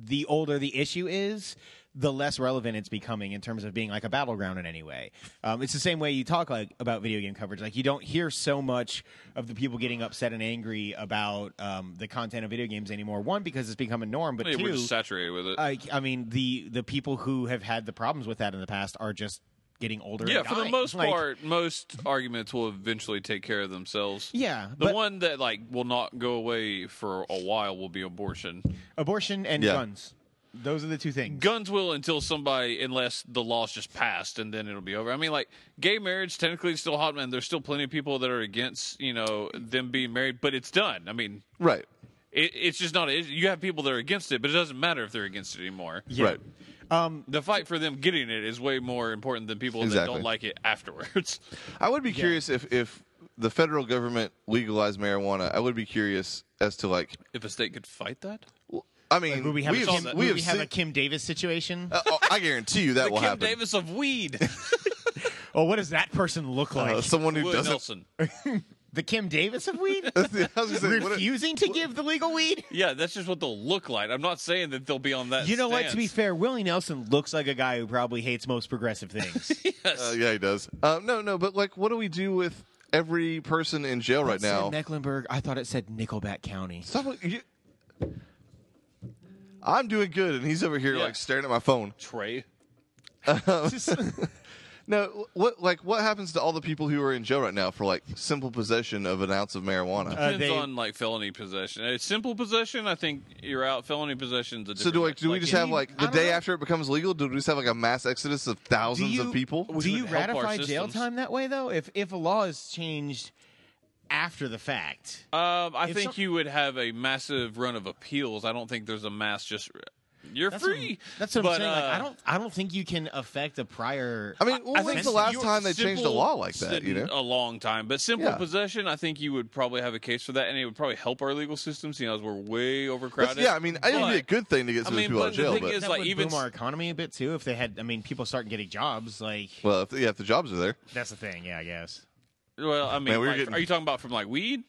the older the issue is, the less relevant it's becoming in terms of being like a battleground in any way. Um, it's the same way you talk like about video game coverage. Like you don't hear so much of the people getting upset and angry about um, the content of video games anymore. One because it's become a norm, but yeah, we're two, just saturated with it. I, I mean the the people who have had the problems with that in the past are just getting older. yeah, and for the dying. most Like, part, most arguments will eventually take care of themselves. Yeah, the but- one that like will not go away for a while will be abortion. abortion and Yeah. guns. Those are the two things. Guns will until somebody, unless the law's just passed, and then it'll be over. I mean, like gay marriage technically is still hot, man. There's still plenty of people that are against you know them being married, but it's done. I mean, right, it, it's just not. It, you have people that are against it, but it doesn't matter if they're against it anymore. Yeah. right. The fight for them getting it is way more important than people that Exactly. don't like it afterwards. I would be curious if if the federal government legalized marijuana. I would be curious as to like, if a state could fight that, w- I mean, Would we have, a, Kim, seen- would we we have have a seen- Kim Davis situation? uh, oh, I guarantee you that the will Kim happen. Davis of weed, oh, what does that person look like? Uh, someone who Willie doesn't. Nelson. the Kim Davis of weed? I was gonna say, what a- refusing to give the legal weed? Yeah, that's just what they'll look like. I'm not saying that they'll be on that. You know what? To be stance. fair, Willie Nelson looks like a guy who probably hates most progressive things. Uh, yeah, he does. Uh, no, no, but like, what do we do with every person in jail right now? Said Mecklenburg. I thought it said Nickelback County. Stop! it, You, I'm doing good, and he's over here Yeah. like staring at my phone. Trey. No, what like what happens to all the people who are in jail right now for like simple possession of an ounce of marijuana? Uh, Depends they- on like felony possession. A simple possession, I think you're out. Felony possession's a so do like different- do we just it- have like the I don't day know. after it becomes legal? Do we just have like a mass exodus of thousands of people? Do would you help our ratify jail systems. time that way though? If if a law is changed after the fact, Um, I If think some- you would have a massive run of appeals. I don't think there's a mass just. You're that's free. What, that's what but, I'm saying. like, uh, I don't I don't think you can affect a prior. I mean, when's think the last you're- time they changed a simple- law like that? You sim- know, a long time. But simple Yeah. possession, I think you would probably have a case for that, and it would probably help our legal systems. You know, as we're way But, overcrowded. yeah. I mean, it would be a But- good thing to get I some mean, people out but of the jail, thing but is- that like, would even boom s- our economy a bit too. If they had, I mean, people start getting jobs. Like well, if, yeah, if the jobs are there, that's the thing. Yeah, I guess. Well, I mean, Man, we were like, getting- are you talking about from like weed?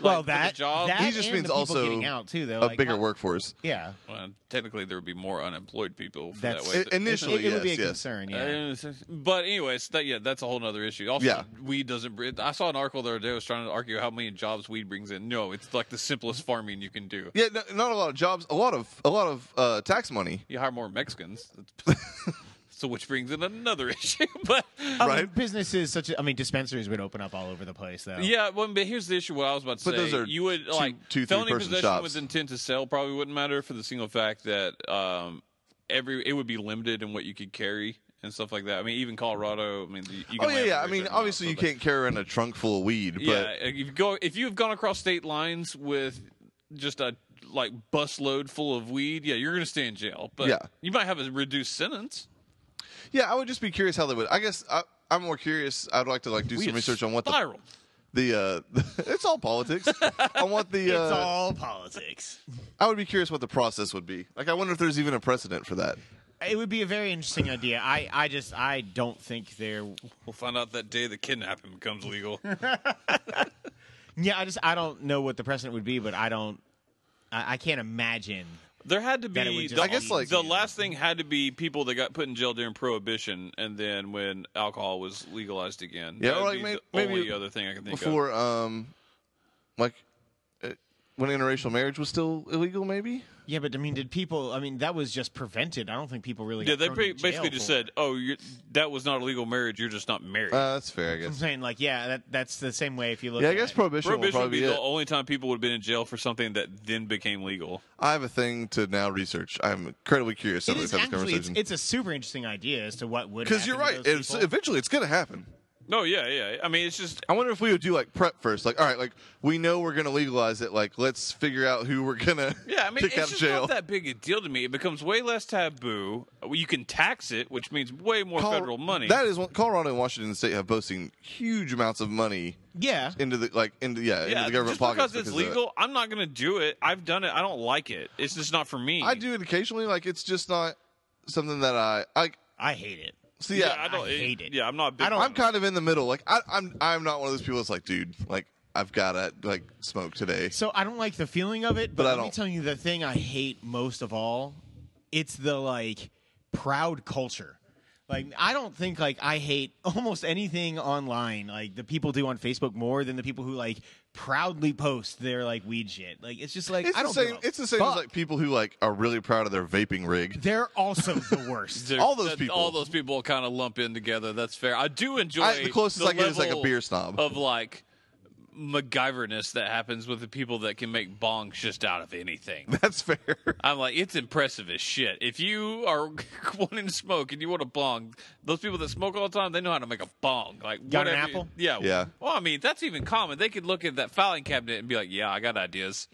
Well, Like, for the that, job? that He just and means the people also getting out too, though. a like, bigger not- workforce. Yeah, Well, technically, there would be more unemployed people for That's- that way. I- it, initially, it would be a yes, yes. concern. Yeah. Uh, but anyways, that yeah, that's a whole other issue. Also, Yeah. weed doesn't. br- I saw an article the other day was trying to argue how many jobs weed brings in. No, it's like the simplest farming you can do. Yeah, no, not a lot of jobs, a lot of a lot of uh, tax money. You hire more Mexicans, That's- so which brings in another issue. But I mean, Right. Oh, businesses such. As, I mean, dispensaries would open up all over the place, though. yeah, well, but here's the issue. What I was about to But say, those are you would two- like two, felony three-person possession shops. with intent to sell probably wouldn't matter for the single fact that um, every it would be limited in what you could carry and stuff like that. I mean, even Colorado. I mean, you you can Oh yeah, only yeah. I have a mean, certain amount, obviously so you that- can't carry around a trunk full of weed, but Yeah, if you go if you've gone across state lines with just a like busload full of weed, yeah, you're gonna stay in jail. But Yeah. you might have a reduced sentence. Yeah, I would just be curious how they would. I guess I, I'm more curious. I'd like to like do We some have research on what the spiral. the uh, it's all politics. on what the It's uh, all politics. I would be curious what the process would be. Like, I wonder if there's even a precedent for that. It would be a very interesting idea. I, I just, I don't think there. We'll find out that day the kidnapping becomes legal. Yeah, I just, I don't know what the precedent would be, but I don't, I, I can't imagine. There had to That it be. would The, just I be guess like the easier. last thing had to be people that got put in jail during prohibition, and then when alcohol was legalized again. Yeah, That or would like be may- the maybe only other thing I can think of. Before, um, like, uh, when interracial marriage was still illegal, maybe. Yeah, but I mean, did people? I mean, that was just prevented. I don't think people really. Yeah, got they thrown pretty, in jail basically just for it. said, "Oh, you're, that was not a legal marriage. You're just not married." Uh, that's fair, I I'm guess. saying like, yeah, that, that's the same way. If you look, Yeah, I at guess it. prohibition, prohibition will would probably be be it. the only time people would have been in jail for something that then became legal. I have a thing to now research. I'm incredibly curious it about No, yeah, yeah. I mean, it's just I wonder if we would do like prep first. Like, all right, like we know we're gonna legalize it. Like, let's figure out who we're gonna yeah. I mean, kick it's out of just jail. not that big a deal to me. It becomes way less taboo. You can tax it, which means way more Col- federal money. That is what Colorado and Washington State have both seen huge amounts of money Yeah. into the like into yeah, into yeah, the government just pockets because uh, it's of it. legal, I'm not going to do it. I've done it. I don't like it. It's just not for me. I do it occasionally. Like, it's just not something that I I I hate it. see. Yeah, I, I don't I hate it. Yeah, I'm not. A big I don't- I'm kind of in the middle. Like, I, I'm I'm not one of those people that's like, dude, like I've gotta like smoke today. So I don't like the feeling of it, but, But I let me don't- tell you the thing I hate most of all. It's the like proud culture. Like I don't think like I hate almost anything online. Like the people do on Facebook more than the people who like proudly post their like weed shit. Like it's just like It's I the don't. same. give a It's the same as fuck. like people who like are really proud of their vaping rig. They're also the worst. They're- all those that- people. all those people kind of lump in together. That's fair. I do enjoy I- the closest I get is like a level beer snob. of like MacGyverness that happens with the people that can make bongs just out of anything. That's fair. I'm like, it's impressive as shit. If you are wanting to smoke and you want a bong, those people that smoke all the time, they know how to make a bong. Like, Got an whatever- apple? Yeah. Yeah. Well, I mean, that's even common. They could look at that filing cabinet and be like, "Yeah, I got ideas."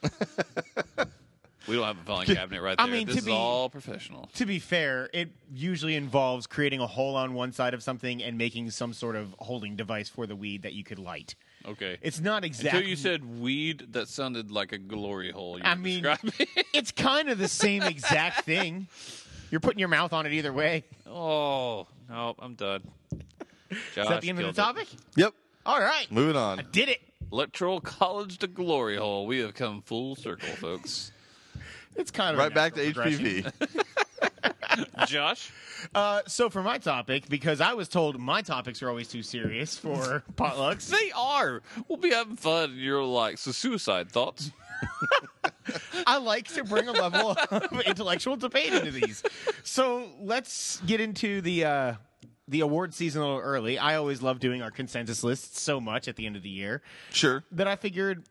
we don't have a filing cabinet right there. I mean, this to is be- all professional. to be fair, it usually involves creating a hole on one side of something and making some sort of holding device for the weed that you could light. Okay. It's not Until exactly. you said weed, that sounded like a glory hole. You I mean, described. it's kind of the same exact thing. You're putting your mouth on it either way. oh no, I'm done. Oh, Is that the end of the topic? yep. All right. Moving on. I did it. Electoral college to glory hole. We have come full circle, folks. It's kind of a Right back to natural progression. HPV. Josh, Uh, so for my topic, because I was told my topics are always too serious for potlucks. they are. We'll be having fun. And you're like, so suicide thoughts. I like to bring a level of intellectual debate into these. So let's get into the uh, the award season a little early. I always love doing our consensus lists so much at the end of the year sure. that I figured,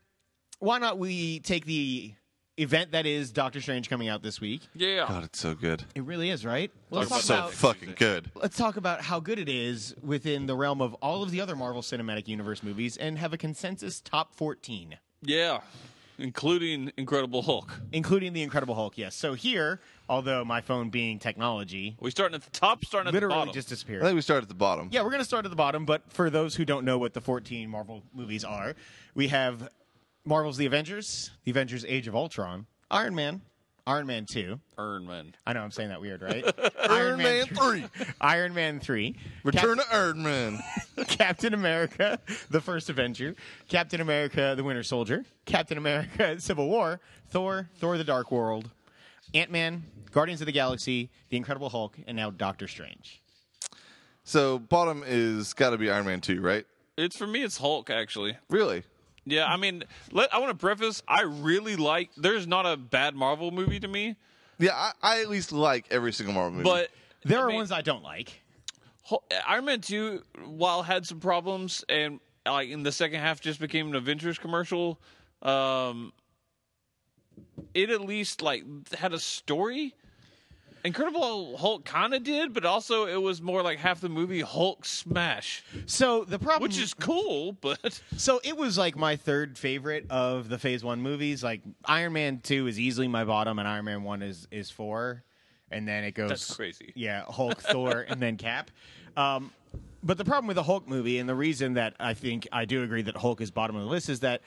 why not we take the event that is Doctor Strange coming out this week? Yeah. God, it's so good. It really is, right? Let's Talk talk so about fucking good. let's talk about how good it is within the realm of all of the other Marvel Cinematic Universe movies and have a consensus top 14. Yeah. Including Incredible Hulk. including the Incredible Hulk. Yes. So here, although my phone being technology, we starting at the top, starting at the literally bottom. just I disappeared. think we start at the bottom. Uh, Yeah, we're gonna start at the bottom. But for those who don't know what the 14 Marvel movies are, we have Marvel's The Avengers, The Avengers: Age of Ultron, Iron Man, Iron Man Two. Iron Man. I know I'm saying that weird, right? Iron Man three. Iron Man Three. Return to Iron Man. Captain America, the first Avenger, Captain America, the Winter Soldier, Captain America, Civil War, Thor, Thor the Dark World, Ant Man, Guardians of the Galaxy, The Incredible Hulk, and now Doctor Strange. So bottom is got to be Iron Man two, right? It's for me. It's Hulk actually. Really? Yeah, I mean, let, I want to preface. I really like. There's not a bad Marvel movie to me, Yeah, I, I at least like every single Marvel movie. but There I are mean, ones I don't like. Hul- Iron Man two, while had some problems, and like in the second half, just became an Avengers commercial. Um, it at least like had a story. Incredible Hulk kind of did, but also it was more like half the movie Hulk smash, So the problem, which is cool. But so it was like my third favorite of the Phase One movies. Like Iron Man Two is easily my bottom, and Iron Man One is is four, and then it goes That's crazy. Yeah, Hulk, Thor, and then Cap. Um, but the problem with the Hulk movie, and the reason that I think I do agree that Hulk is bottom of the list, is that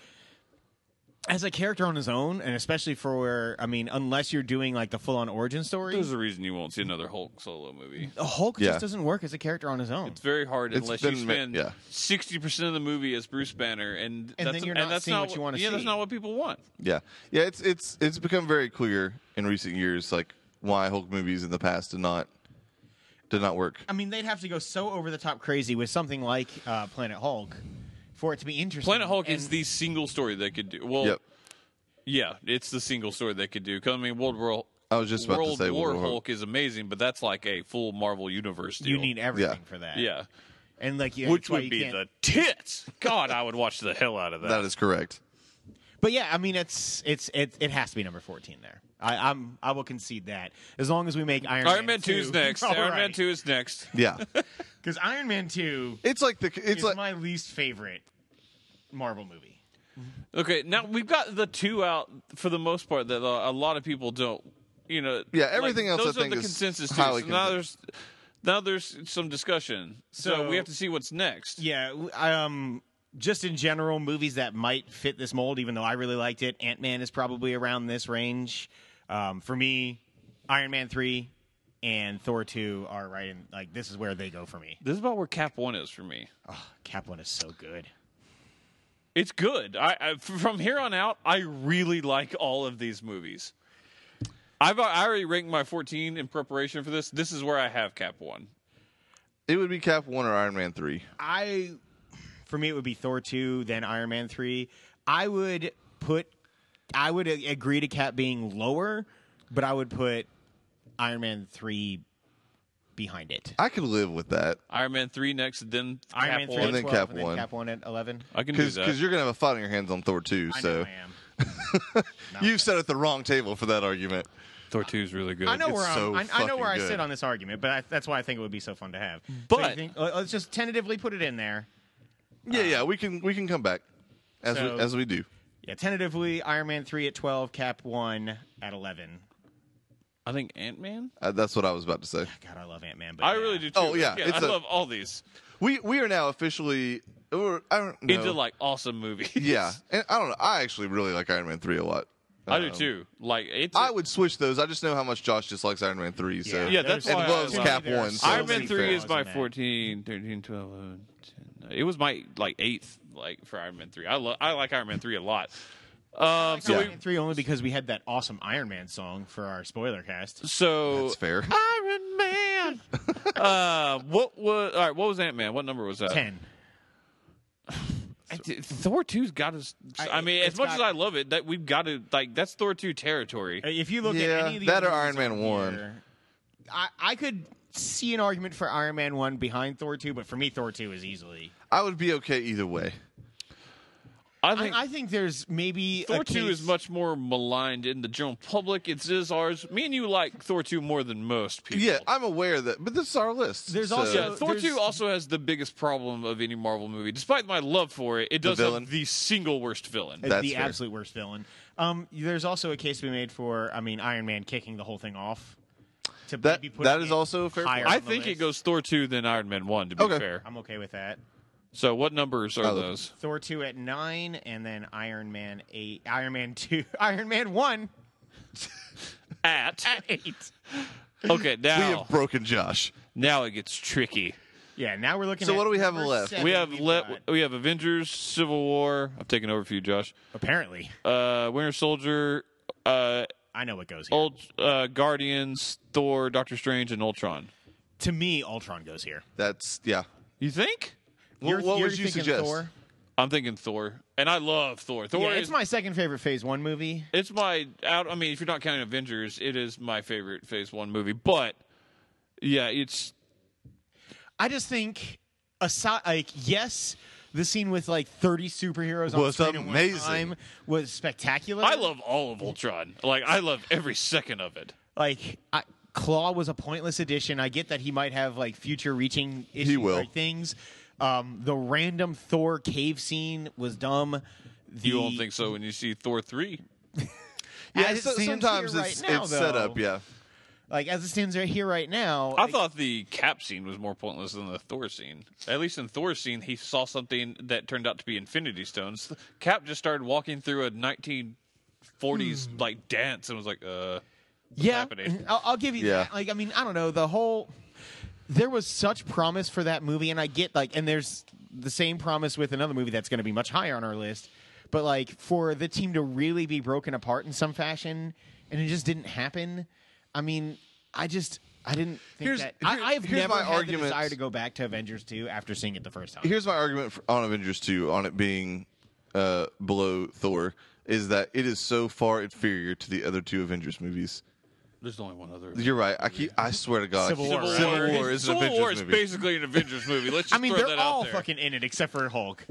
as a character on his own, and especially for where I mean, unless you're doing like the full on origin story, there's a reason you won't see another Hulk solo movie. the Hulk Yeah. just doesn't work as a character on his own. It's very hard It's unless you been ma- yeah. spend sixty percent of the movie as Bruce Banner, and, that's, then you're and not that's seeing not what you wanna Yeah, that's see. not what people want. yeah, yeah, it's it's it's become very clear in recent years, like why Hulk movies in the past did not did not work. I mean, they'd have to go so over the top crazy with something like uh, Planet Hulk for it to be interesting. Planet Hulk And is the single story they could do. Well, Yep. yeah, it's the single story they could do. 'Cause, I mean, World War. I was just about to World say War World War Hulk, Hulk. is amazing, but that's like a full Marvel universe deal. you need everything Yeah. for that. yeah, and like yeah, which that's why would you be can't- the tits. God, I would watch the hell out of that. That is correct. But yeah, I mean, it's it's it, it has to be number fourteen there. I, I'm I will concede that as long as we make Iron, Iron Man two Two's next. All Iron Man right. Two is next. Yeah, Because Iron Man Two It's like the it's is like my least favorite Marvel movie. Okay, now we've got the two out for the most part that uh, a lot of people don't. You know, Yeah, everything else I Those are think the is consensus. Too. highly So now there's now there's some discussion. So, So- we have to see what's next. Yeah, w- um, just in general, movies that might fit this mold. Even though I really liked it, Ant Man is probably around this range. Um, for me, Iron Man Three and Thor Two are right in like this is where they go for me. This is about where Cap One is for me. Cap One is so good. It's good. I, I f- from here on out, I really like all of these movies. I've I already ranked my 14 in preparation for this. This is where I have Cap One. it would be Cap One or Iron Man Three. I, for me, it would be Thor two, then Iron Man three. I would put, I would a- agree to Cap being lower, but I would put Iron Man three behind it. I could live with that Iron Man three next, then Iron Cap Man three One. at And then 12, Cap and then one. Cap one at eleven. I can do because that. you're gonna have a fight on your hands on Thor Two. I know so I am. you've sat at the wrong table for that argument. Thor two is really good. I know It's where I'm, so I, I know fucking where I good. sit on this argument, but I, that's why I think it would be so fun to have. So you But- think- let- let's just tentatively put it in there. Yeah, yeah, we can we can come back as So- we as we do. Yeah, tentatively Iron Man three at twelve, Cap one at eleven. I think Ant Man. Uh, that's what I was about to say. God, I love Ant Man. I really do too. Oh, yeah, I it's a- love all these We we are now officially or I don't know. into like awesome movies. yeah, and I don't know. I actually really like Iron Man Three a lot. I do Um, too. Like it's I would switch those. I just know how much Josh dislikes Iron Man Three. So Yeah, that's there's- why I there's- love Cap there are one, so so- Iron Man many three is flaws my in that. 14, 13, 12, 11, 10. It was my like eighth like for Iron Man three. I love I like Iron Man three a lot. Um, so Yeah. Iron Man three only because we had that awesome Iron Man song for our spoiler cast. we, so that's fair. Iron Man. uh, what was all right? What was Ant Man? What number was that? Ten. I did- Thor two's got us. I, I- mean, it's as much got- as I love it, that we've got to like that's Thor two territory. Uh, If you look Yeah, at any of these that or movies Iron Man on 1. here, I, I could see an argument for Iron Man one behind Thor two, but for me Thor two is easily. I would be okay either way. I I, think I think there's maybe a Thor two case- is much more maligned in the general public. It's is ours. Me and you like Thor two more than most people. Yeah, uh, I'm aware of that, but this is our list. There's so- also- Yeah, Thor there's- 2 also has the biggest problem of any Marvel movie. Despite my love for it, it does villain? have the single worst villain. as That's the fair. absolute worst villain. Um, there's also a case to be made for, I mean, Iron Man kicking the whole thing off. To That- maybe put that it is also a fair higher point. I on the think it list. goes Thor 2 than Iron Man 1, to be Okay. fair. I'm okay with that. So what numbers are Oh. those? Thor two at nine, and then Iron Man eight, Iron Man two, Iron Man one At. at eight. Okay, we now, have broken Josh. now it gets tricky. Yeah, now we're looking. So at what do we have number left? seven We have we've le- got. we have Avengers, Civil War. I've taken over for you, Josh. apparently. Uh, Winter Soldier, uh, I know what goes here. Old uh, Guardians, Thor, Doctor Strange, and Ultron. to me, Ultron goes here. That's yeah. You think? Wh- You're- what you're would you thinking suggest? Thor? I'm thinking Thor, and I love Thor. Thor Yeah, is it's my second favorite Phase One movie. It's my out. I mean, if you're not counting Avengers, it is my favorite Phase One movie. But yeah, it's I just think, aside, like, yes, the scene with like 30 superheroes on Was screen at one amazing. time was spectacular. I love all of Ultron. Like I love every second of it. like I, Claw was a pointless addition. I get that he might have like future-reaching issues will. or things. Um, the random Thor cave scene was dumb. The, You won't think so when you see Thor three. Yeah, as it so- stands sometimes here it's right now, it's set though, up. Yeah, Like as it stands right here right now, I like, thought the Cap scene was more pointless than the Thor scene. At least in Thor's scene, he saw something that turned out to be Infinity Stones. Cap just started walking through a 1940s like dance and was like, uh. yeah, happening. I'll, I'll give you Yeah. that. Like I mean, I don't know the whole. There was such promise for that movie, and I get like, and there's the same promise with another movie that's going to be much higher on our list. But like for the team to really be broken apart in some fashion, and it just didn't happen. I mean, I just I didn't think Here's- that. here- I, I've here's never my had argument. the desire to go back to Avengers two after seeing it the first time. here's my argument for, on Avengers two on it being uh, below Thor is that it is so far inferior to the other two Avengers movies. There's only one other. You're right. I keep. I swear to God, Civil War, Civil right? War is an Civil Avengers War is movie. basically an Avengers movie. Let's I just mean, throw they're that out all there. fucking in it except for Hulk.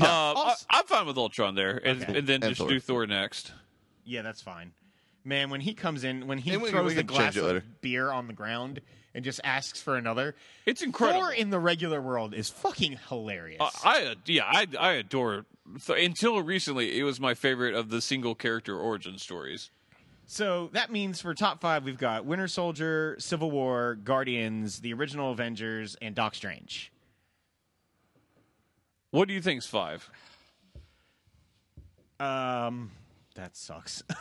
Uh, Also- I, I'm fine with Ultron there, and, Okay. and then And just Thor. do Thor next. Yeah, that's fine. Man, when he comes in, when he And we- throws we the can change glass it later. of beer on the ground and just asks for another. It's incredible. Thor in the regular world is fucking hilarious. Uh, I yeah, I I adore. Th- until recently, it was my favorite of the single character origin stories. So that means for top five, we've got Winter Soldier, Civil War, Guardians, the original Avengers, and Doc Strange. What do you think's five? Um, that sucks.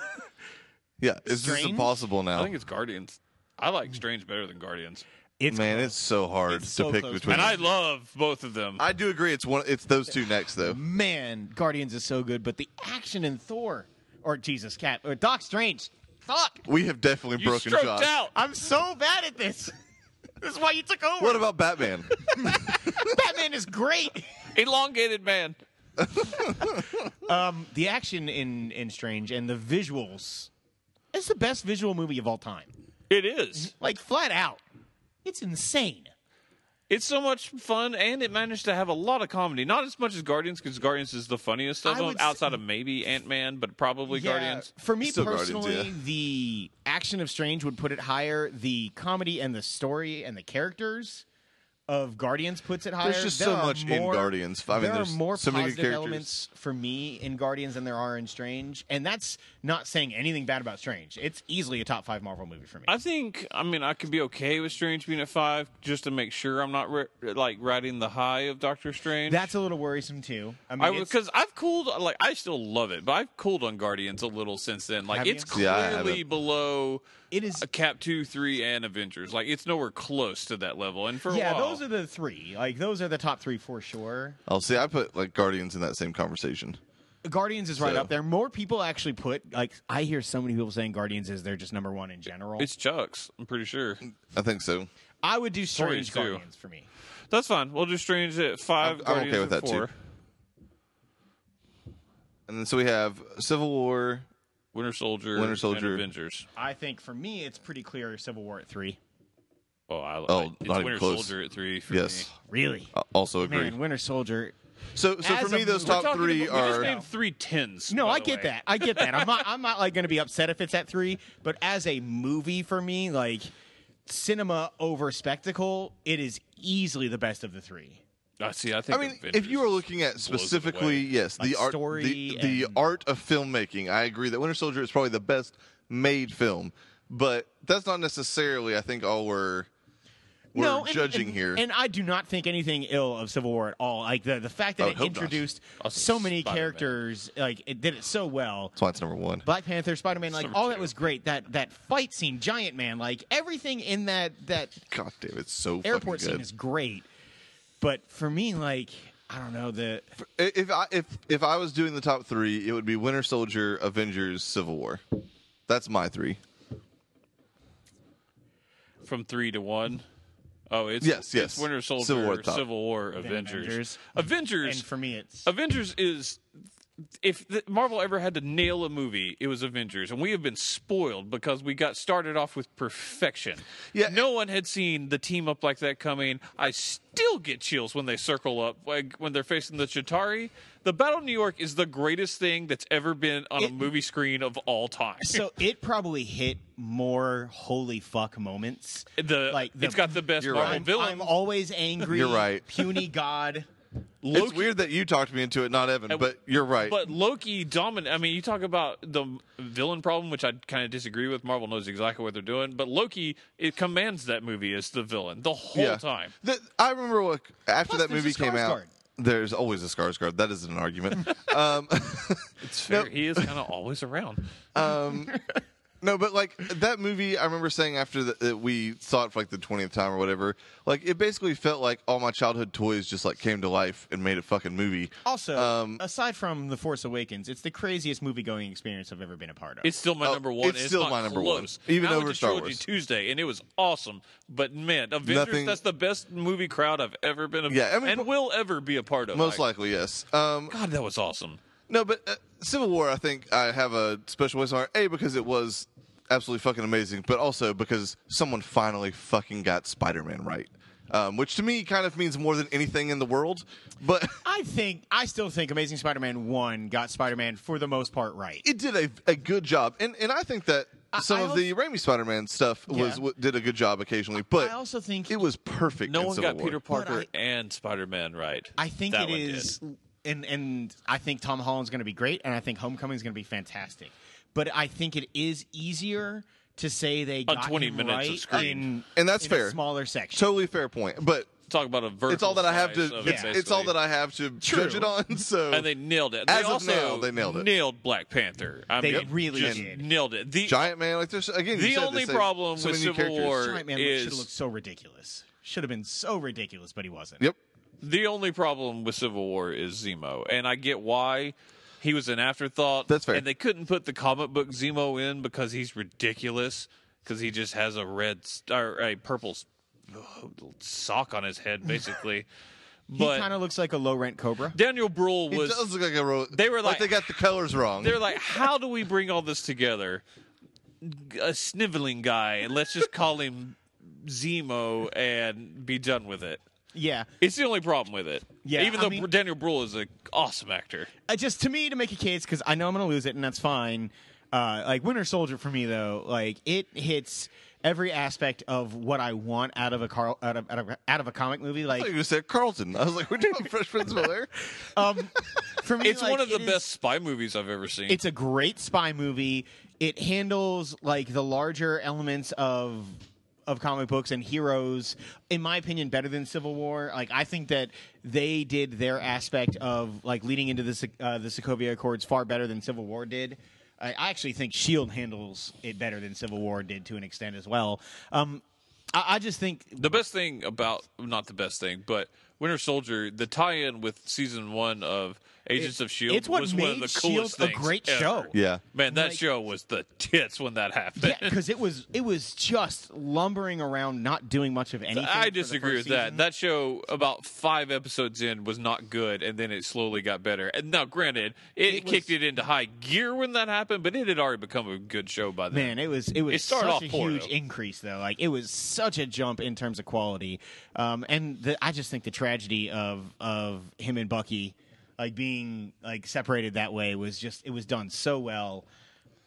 Yeah, it's just Strange? impossible now. I think it's Guardians. I Hmm. like Strange better than Guardians, It's Man, it's so hard It's to so pick close. between. and I love both of them. I do agree. It's one. It's those two next though. man, Guardians is so good, but the action in Thor or Jesus Cat or Doc Strange, fuck! We have definitely you broken stroked Josh. out. I'm so bad at this. this is why you took over. What about Batman? Batman is great. Elongated man. Um, the action in in Strange and the visuals. It's the best visual movie of all time. It is. Like flat out, it's insane. It's so much fun, and it managed to have a lot of comedy. Not as much as Guardians, because Guardians is the funniest of I them, would s- outside of maybe Ant Man, but probably Yeah, Guardians. For me Still Guardians, personally, yeah. the action of Strange would put it higher. The comedy and the story and the characters of Guardians puts it higher. just There so are much in more- Guardians. I mean, there there's are more so many good positive characters. elements for me in Guardians than there are in Strange, and that's not saying anything bad about Strange. It's easily a top five Marvel movie for me. I think. I mean, I could be okay with Strange being at five, just to make sure I'm not ri like riding the high of Doctor Strange. that's a little worrisome too. I mean, I it's- because I've cooled like I still love it, but I've cooled on Guardians a little since then. Like Have it's you? Yeah, I clearly haven't. below it is. a Cap two, three, and Avengers. Like it's nowhere close to that level. And for Yeah, a while, those are the three. Like those are the top three for sure. I'll Oh, see. I put like Guardians in that same conversation. Guardians is right So- up there. More people actually put like I hear so many people saying Guardians is they're just number one in general. it's Chuck's. I'm pretty sure. I think so. I would do Strange too. Guardians for me. That's fine. We'll do Strange at 5 I'm- I'm Guardians okay with at that, too. four. And then so we have Civil War. Winter Soldier, Winter and Soldier. Avengers. I think for me it's pretty clear Civil War at three. Oh, I like Oh, it's not even Winter close. Soldier at three. For Yes, me. Really, Oh, I also agree. man, Winter Soldier. so so As for me, a- those we're top Talking three about- we just are. named three tens. No, by I the get way. that. I get that. I'm not. I'm not like going to be upset if it's at three. But as a movie for me, like cinema over spectacle, it is easily the best of the three. I see. I think. I mean, Avengers if you are looking at blows it specifically, away. yes, the Like art, story the, the and- art of filmmaking. I agree that Winter Soldier is probably the best made film, but that's not necessarily. I think all we're we're no, and- judging and- here. And I do not think anything ill of Civil War at all. Like the the fact that I would it hope not. introduced Also so many Spider-Man. characters, like it did it so well. that's why it's number one. Black Panther, Spider Man, like Number all two. that was great. That that fight scene, Giant Man, like everything in that that God damn, it's so fucking airport good. scene is great. But for me, like I don't know the I- If I if if I was doing the top three, it would be Winter Soldier, Avengers, Civil War. That's my three. from three to one. Oh, it's Yes, it's yes. Winter Soldier, Civil Civil War War, at top. Avengers, Avengers. Avengers, and for me it's Avengers is if the, Marvel ever had to nail a movie, it was Avengers, and we have been spoiled because we got started off with perfection. Yeah. no one had seen the team up like that coming. I still get chills when they circle up, like when they're facing the Chitari. The Battle of New York is the greatest thing that's ever been on It- a movie screen of all time. so it probably hit more holy fuck moments. the uh, like it's got the best You're Marvel right. villain. I'm always angry. You're right. Puny god. It's weird that you talked me into it, not Evan, but you're right. But Loki dominant. I mean, you talk about the villain problem, which I kind of disagree with. Marvel knows exactly what they're doing, but Loki it commands that movie as the villain the whole yeah. time. The- I remember what, after Plus, that there's movie a came out. Skarsgård. There's always a scars guard. That isn't an argument. um, It's fair. He is kind of always around. no, but like that movie, I remember saying after the, that we saw it for like the twentieth time or whatever. Like it basically felt like all my childhood toys just like came to life and made a fucking movie. Also, Um, aside from The Force Awakens, it's the craziest movie going experience I've ever been a part of. It's still my Oh, number one. it's and still not my number one, close. even I went over to Star Trilogy Wars. Tuesday, and it was awesome. but man, Avengers, Nothing- that's the best movie crowd I've ever been a Yeah, I mean, and will ever be a part of. Most Like, likely, yes. Um, God, that was awesome. No, but uh, Civil War, I think I have a special place in my heart. A because it was absolutely fucking amazing, but also because someone finally fucking got Spider-Man right, um, which to me kind of means more than anything in the world. But I think I still think Amazing Spider-Man One got Spider-Man for the most part right. it did a, a good job, and and I think that some of the Raimi Spider-Man stuff was Yeah. did a good job occasionally, but I also think it was perfect. No in one Civil got War. Peter Parker But and Spider Man right. I think That it one is, did. and and I think Tom Holland's going to be great, and I think Homecoming is going to be fantastic. But I think it is easier to say they On got 20 him minutes of right screen. in- And that's in a fair. smaller section. Totally fair point, but Talk about a vertical. it's all that I have to. slice of It's, it, it's all basically. that I have to True. judge it on. So And they nailed it. As they of also now, they nailed it. Nailed Black Panther. I They mean, really just did. nailed it. The Giant Man, like there's again. you The said only there's, like, problem so with many Civil characters. War- Giant Man is- should have looked so ridiculous. Should have been so ridiculous, but he wasn't. Yep. the only problem with Civil War is Zemo, and I get why he was an afterthought. That's fair. And they couldn't put the comic book Zemo in because he's ridiculous because he just has a red s- or a purple s- sock on his head, basically. he kind but of looks like a low rent Cobra. Daniel Bruhl He was does look like a ro- they were like- they got the colors wrong. they're like, how do we bring all this together? A sniveling guy, and let's just call him Zemo and be done with it. Yeah, It's the only problem with it. Yeah, even I though mean- Daniel Bruhl is an awesome actor. I just to me to make a case because I know I'm going to lose it, and that's fine. Uh, like Winter Soldier for me though, like it hits every aspect of what I want out of a car, out of out of, out of a comic movie. I Like thought you said Carlton. I was like, we're doing Fresh Prince of Bel-Air? um, for me, It's like, one of the it is- best spy movies I've ever seen. It's a great spy movie. It handles like the larger elements of of comic books and heroes, in my opinion, better than Civil War. Like I think that they did their aspect of like leading into the Soc- uh, the Sokovia Accords far better than Civil War did. I I actually think Shield handles it better than Civil War did to an extent as well. Um, I, I just think the best thing about not the best thing, but Winter Soldier, the tie-in with season one of Agents of Shield, it's what E was one of made the coolest S.H.I.E.L.D. E a things great ever. show. Yeah. Man, that Like- show was the tits when that happened. Yeah, because it was it was just lumbering around, not doing much of anything. for I the disagree with first that. season. That show about five episodes in was not good, and then it slowly got better. And now, granted, it, It was- kicked it into high gear when that happened, but it had already become a good show by then. Man, it was it was It started such off a poor, huge though. increase though. Like it was such a jump in terms of quality, um, and the, I just think the tragedy of of him and Bucky, like being like separated that way, was just it was done so well.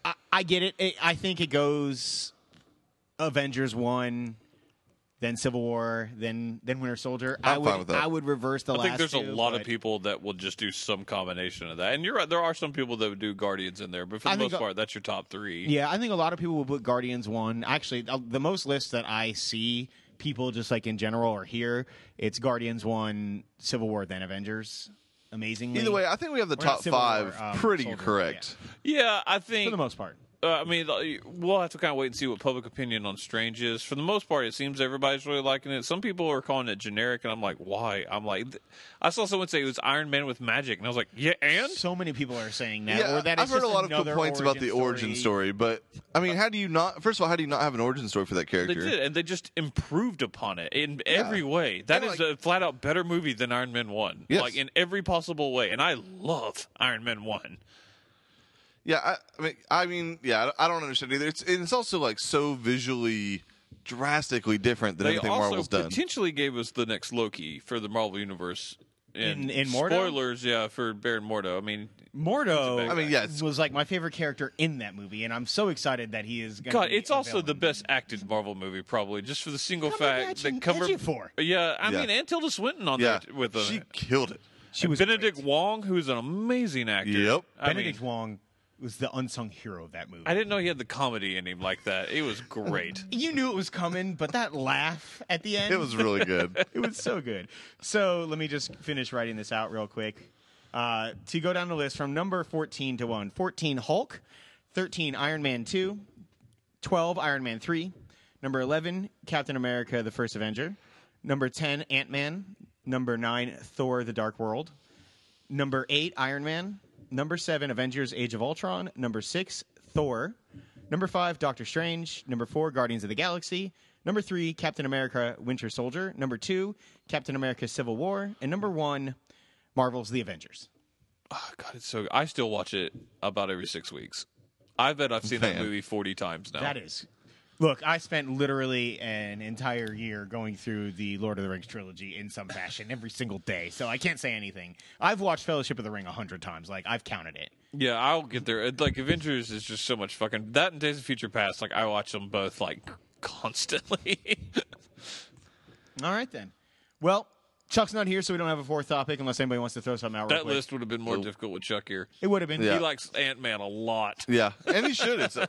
I, I get it. it. I think it goes Avengers one, then Civil War, then then Winter Soldier. I I'm would fine with that. I would reverse the I last. think there's a two, lot of but- people that will just do some combination of that. And you're right, there are some people that would do Guardians in there, but for I the think most a- part, that's your top three. Yeah, I think a lot of people will put Guardians one. Actually, uh, the most lists that I see people just like in general or here, it's Guardians one, Civil War, then Avengers. Amazingly, Either way, I think we have the not top Civil War, five um, pretty Soldier, correct. Yeah, I for think. the most part, uh, I mean, like, we'll have to kind of wait and see what public opinion on Strange is. For the most part, it seems everybody's really liking it. Some people are calling it generic, and I'm like, why? I'm like, th- I saw someone say it was Iron Man with magic, and I was like, yeah, and so many people are saying Yeah, that. or that I've it's heard a just lot of good another points about the origin story, but I mean, how do you not? First of all, how do you not have an origin story for that they character? did, and they just improved upon it in every way. That And, is like- a flat out better movie than Iron Man One, Yes. like in every possible way. And I love Iron Man One. Yeah, I, I mean, I mean, yeah, I I don't understand either. It's and it's also like so visually drastically different than they anything also Marvel's done. potentially gave us the next Loki for the Marvel universe. And In- in Mordo? spoilers, yeah, for Baron Mordo. I mean, Mordo, I mean, yeah, it's- was like my favorite character in that movie, and I'm so excited that he is. Gonna God, be it's a also the villain. best acted Marvel movie, probably just for the single How about fact Agent- that cover. Agent Four? Yeah, I Yeah. mean, and Tilda Swinton on yeah, there with them. she killed it. She was Benedict great. Wong, who's an amazing actor. Yep. I mean, Benedict Wong was the unsung hero of that movie. I didn't know he had the comedy in him like that. It was great. you knew it was coming, but that laugh at the end It was really good. it was so good. So let me just finish writing this out real quick. Uh, to go down the list from number 14 to 1 14 Hulk, 13 Iron Man 2, 12 Iron Man 3, number 11 Captain America the First Avenger, number 10 Ant Man, number 9 Thor the Dark World, number 8 Iron Man, number 7 Avengers Age of Ultron, number 6 Thor, number 5 Doctor Strange, number 4 Guardians of the Galaxy, number 3 Captain America Winter Soldier, number 2 Captain America Civil War, and number 1 Marvel's The Avengers. Oh, God, it's so. I still watch it about every six weeks. I bet I've seen that Man. movie forty times now. That is Look, I spent literally an entire year going through the Lord of the Rings trilogy in some fashion every single day, so I can't say anything. I've watched Fellowship of the Ring a hundred times, like I've counted it. Yeah, I'll get there. It- Like Adventures is just so much fucking that and Days of Future Past. Like I watch them both like constantly. All right then. Well, Chuck's not here, so we don't have a fourth topic unless anybody wants to throw something out. real that quick. list would have been more difficult with Chuck here. It would have been. Yeah. He likes Ant Man a lot. Yeah, and he should. It's uh,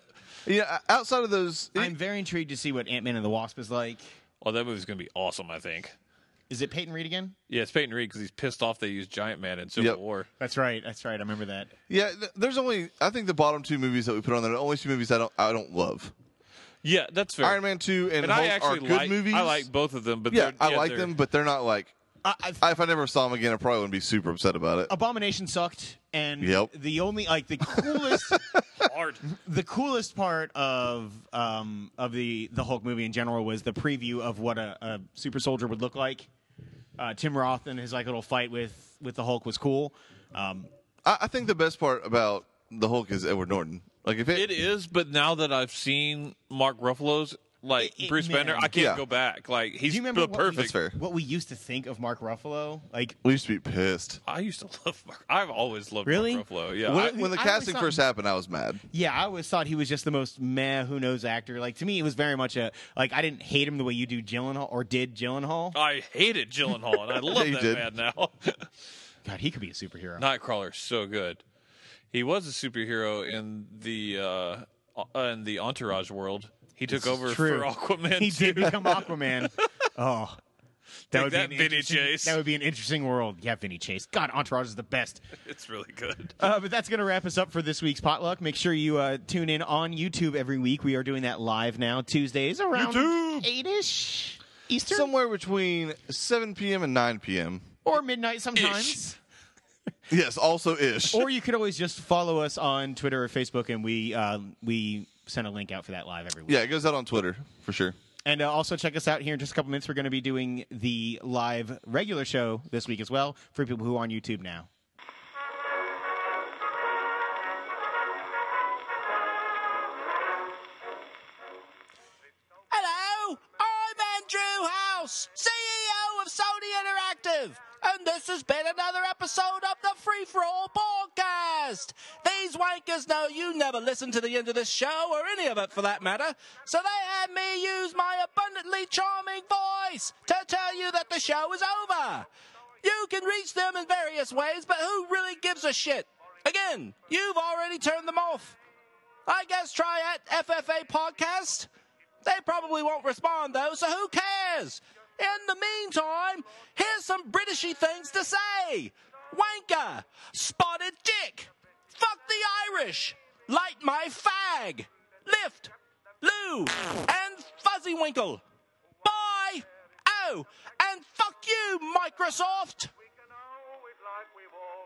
yeah. Outside of those, I'm very intrigued to see what Ant Man and the Wasp is like. Oh, that movie's gonna be awesome. I think. Is it Peyton Reed again? Yeah, it's Peyton Reed because he's pissed off they used Giant Man in Civil Yep. War. That's right. That's right. I remember that. yeah. th- There's only I think the bottom two movies that we put on there are the only two movies I don't I don't love. Yeah, that's fair. Iron Man two and, and Hulk I actually are good like movies. I like both of them, but Yeah, they're- I like they're- them, but they're not like. I, I've, I- If I never saw them again, I probably wouldn't be super upset Um, about it. Abomination sucked, and Yep. the only like the coolest, hard. the coolest part of um of the the Hulk movie in general was the preview of what a, a super soldier would look like. Uh, Tim Roth and his like little fight with with the Hulk was cool. Um, I, I think the best part about the Hulk is Edward Norton. Like if it, It is, but now that I've seen Mark Ruffalo's like It- it- Bruce Banner, man. I can't Yeah. go back. Like he's do you remember the what we- perfect. That's fair. what we used to think of Mark Ruffalo? Like we used to be pissed. I used to love Mark. I've always loved Really? Mark Ruffalo. Yeah, When, when the I always casting thought- first happened, I was mad. Yeah, I always thought he was just the most meh, who knows actor. Like to me, it was very much a like I didn't hate him the way you do Gyllenhaal or did Gyllenhaal. I, I hated Gyllenhaal, and I love you that did. man now. God, he could be a superhero. Nightcrawler's so good. He was a superhero in the uh, uh, in the Entourage world. He took over True. for Aquaman. he too. did become Aquaman. oh, Take that, an Vinny interesting- Chase. That would be an interesting world. Yeah, Vinny Chase. God, Entourage is the best. It's really good. Uh, but that's going to wrap us up for this week's potluck. Make sure you uh, tune in on YouTube every week. We are doing that live now Tuesdays around YouTube. eight ish Eastern Somewhere between 7 p.m. and 9 p.m. or midnight sometimes. Yes, also ish. or you could always just follow us on Twitter or Facebook, and we um, we send a link out for that live every week. yeah, it goes out on Twitter for sure. And uh, also check us out here in just a couple minutes. We're going to be doing the live regular show this week as well for people who are on YouTube now. Hello, I'm Andrew House, CEO of Sony Interactive, and this has been another episode of the Free For All podcast. These wankers know you never listen to the end of this show, or any of it for that matter, so they had me use my abundantly charming voice to tell you that the show is over. You can reach them in various ways, but who really gives a shit? Again, you've already turned them off. I guess try at FFA Podcast. They probably won't respond though, so who cares? In the meantime, here's some Britishy things to say. Wanker, spotted dick, fuck the Irish, light my fag, lift, loo, and fuzzy winkle. Bye. Oh, and fuck you, Microsoft. We can owe it like we've always.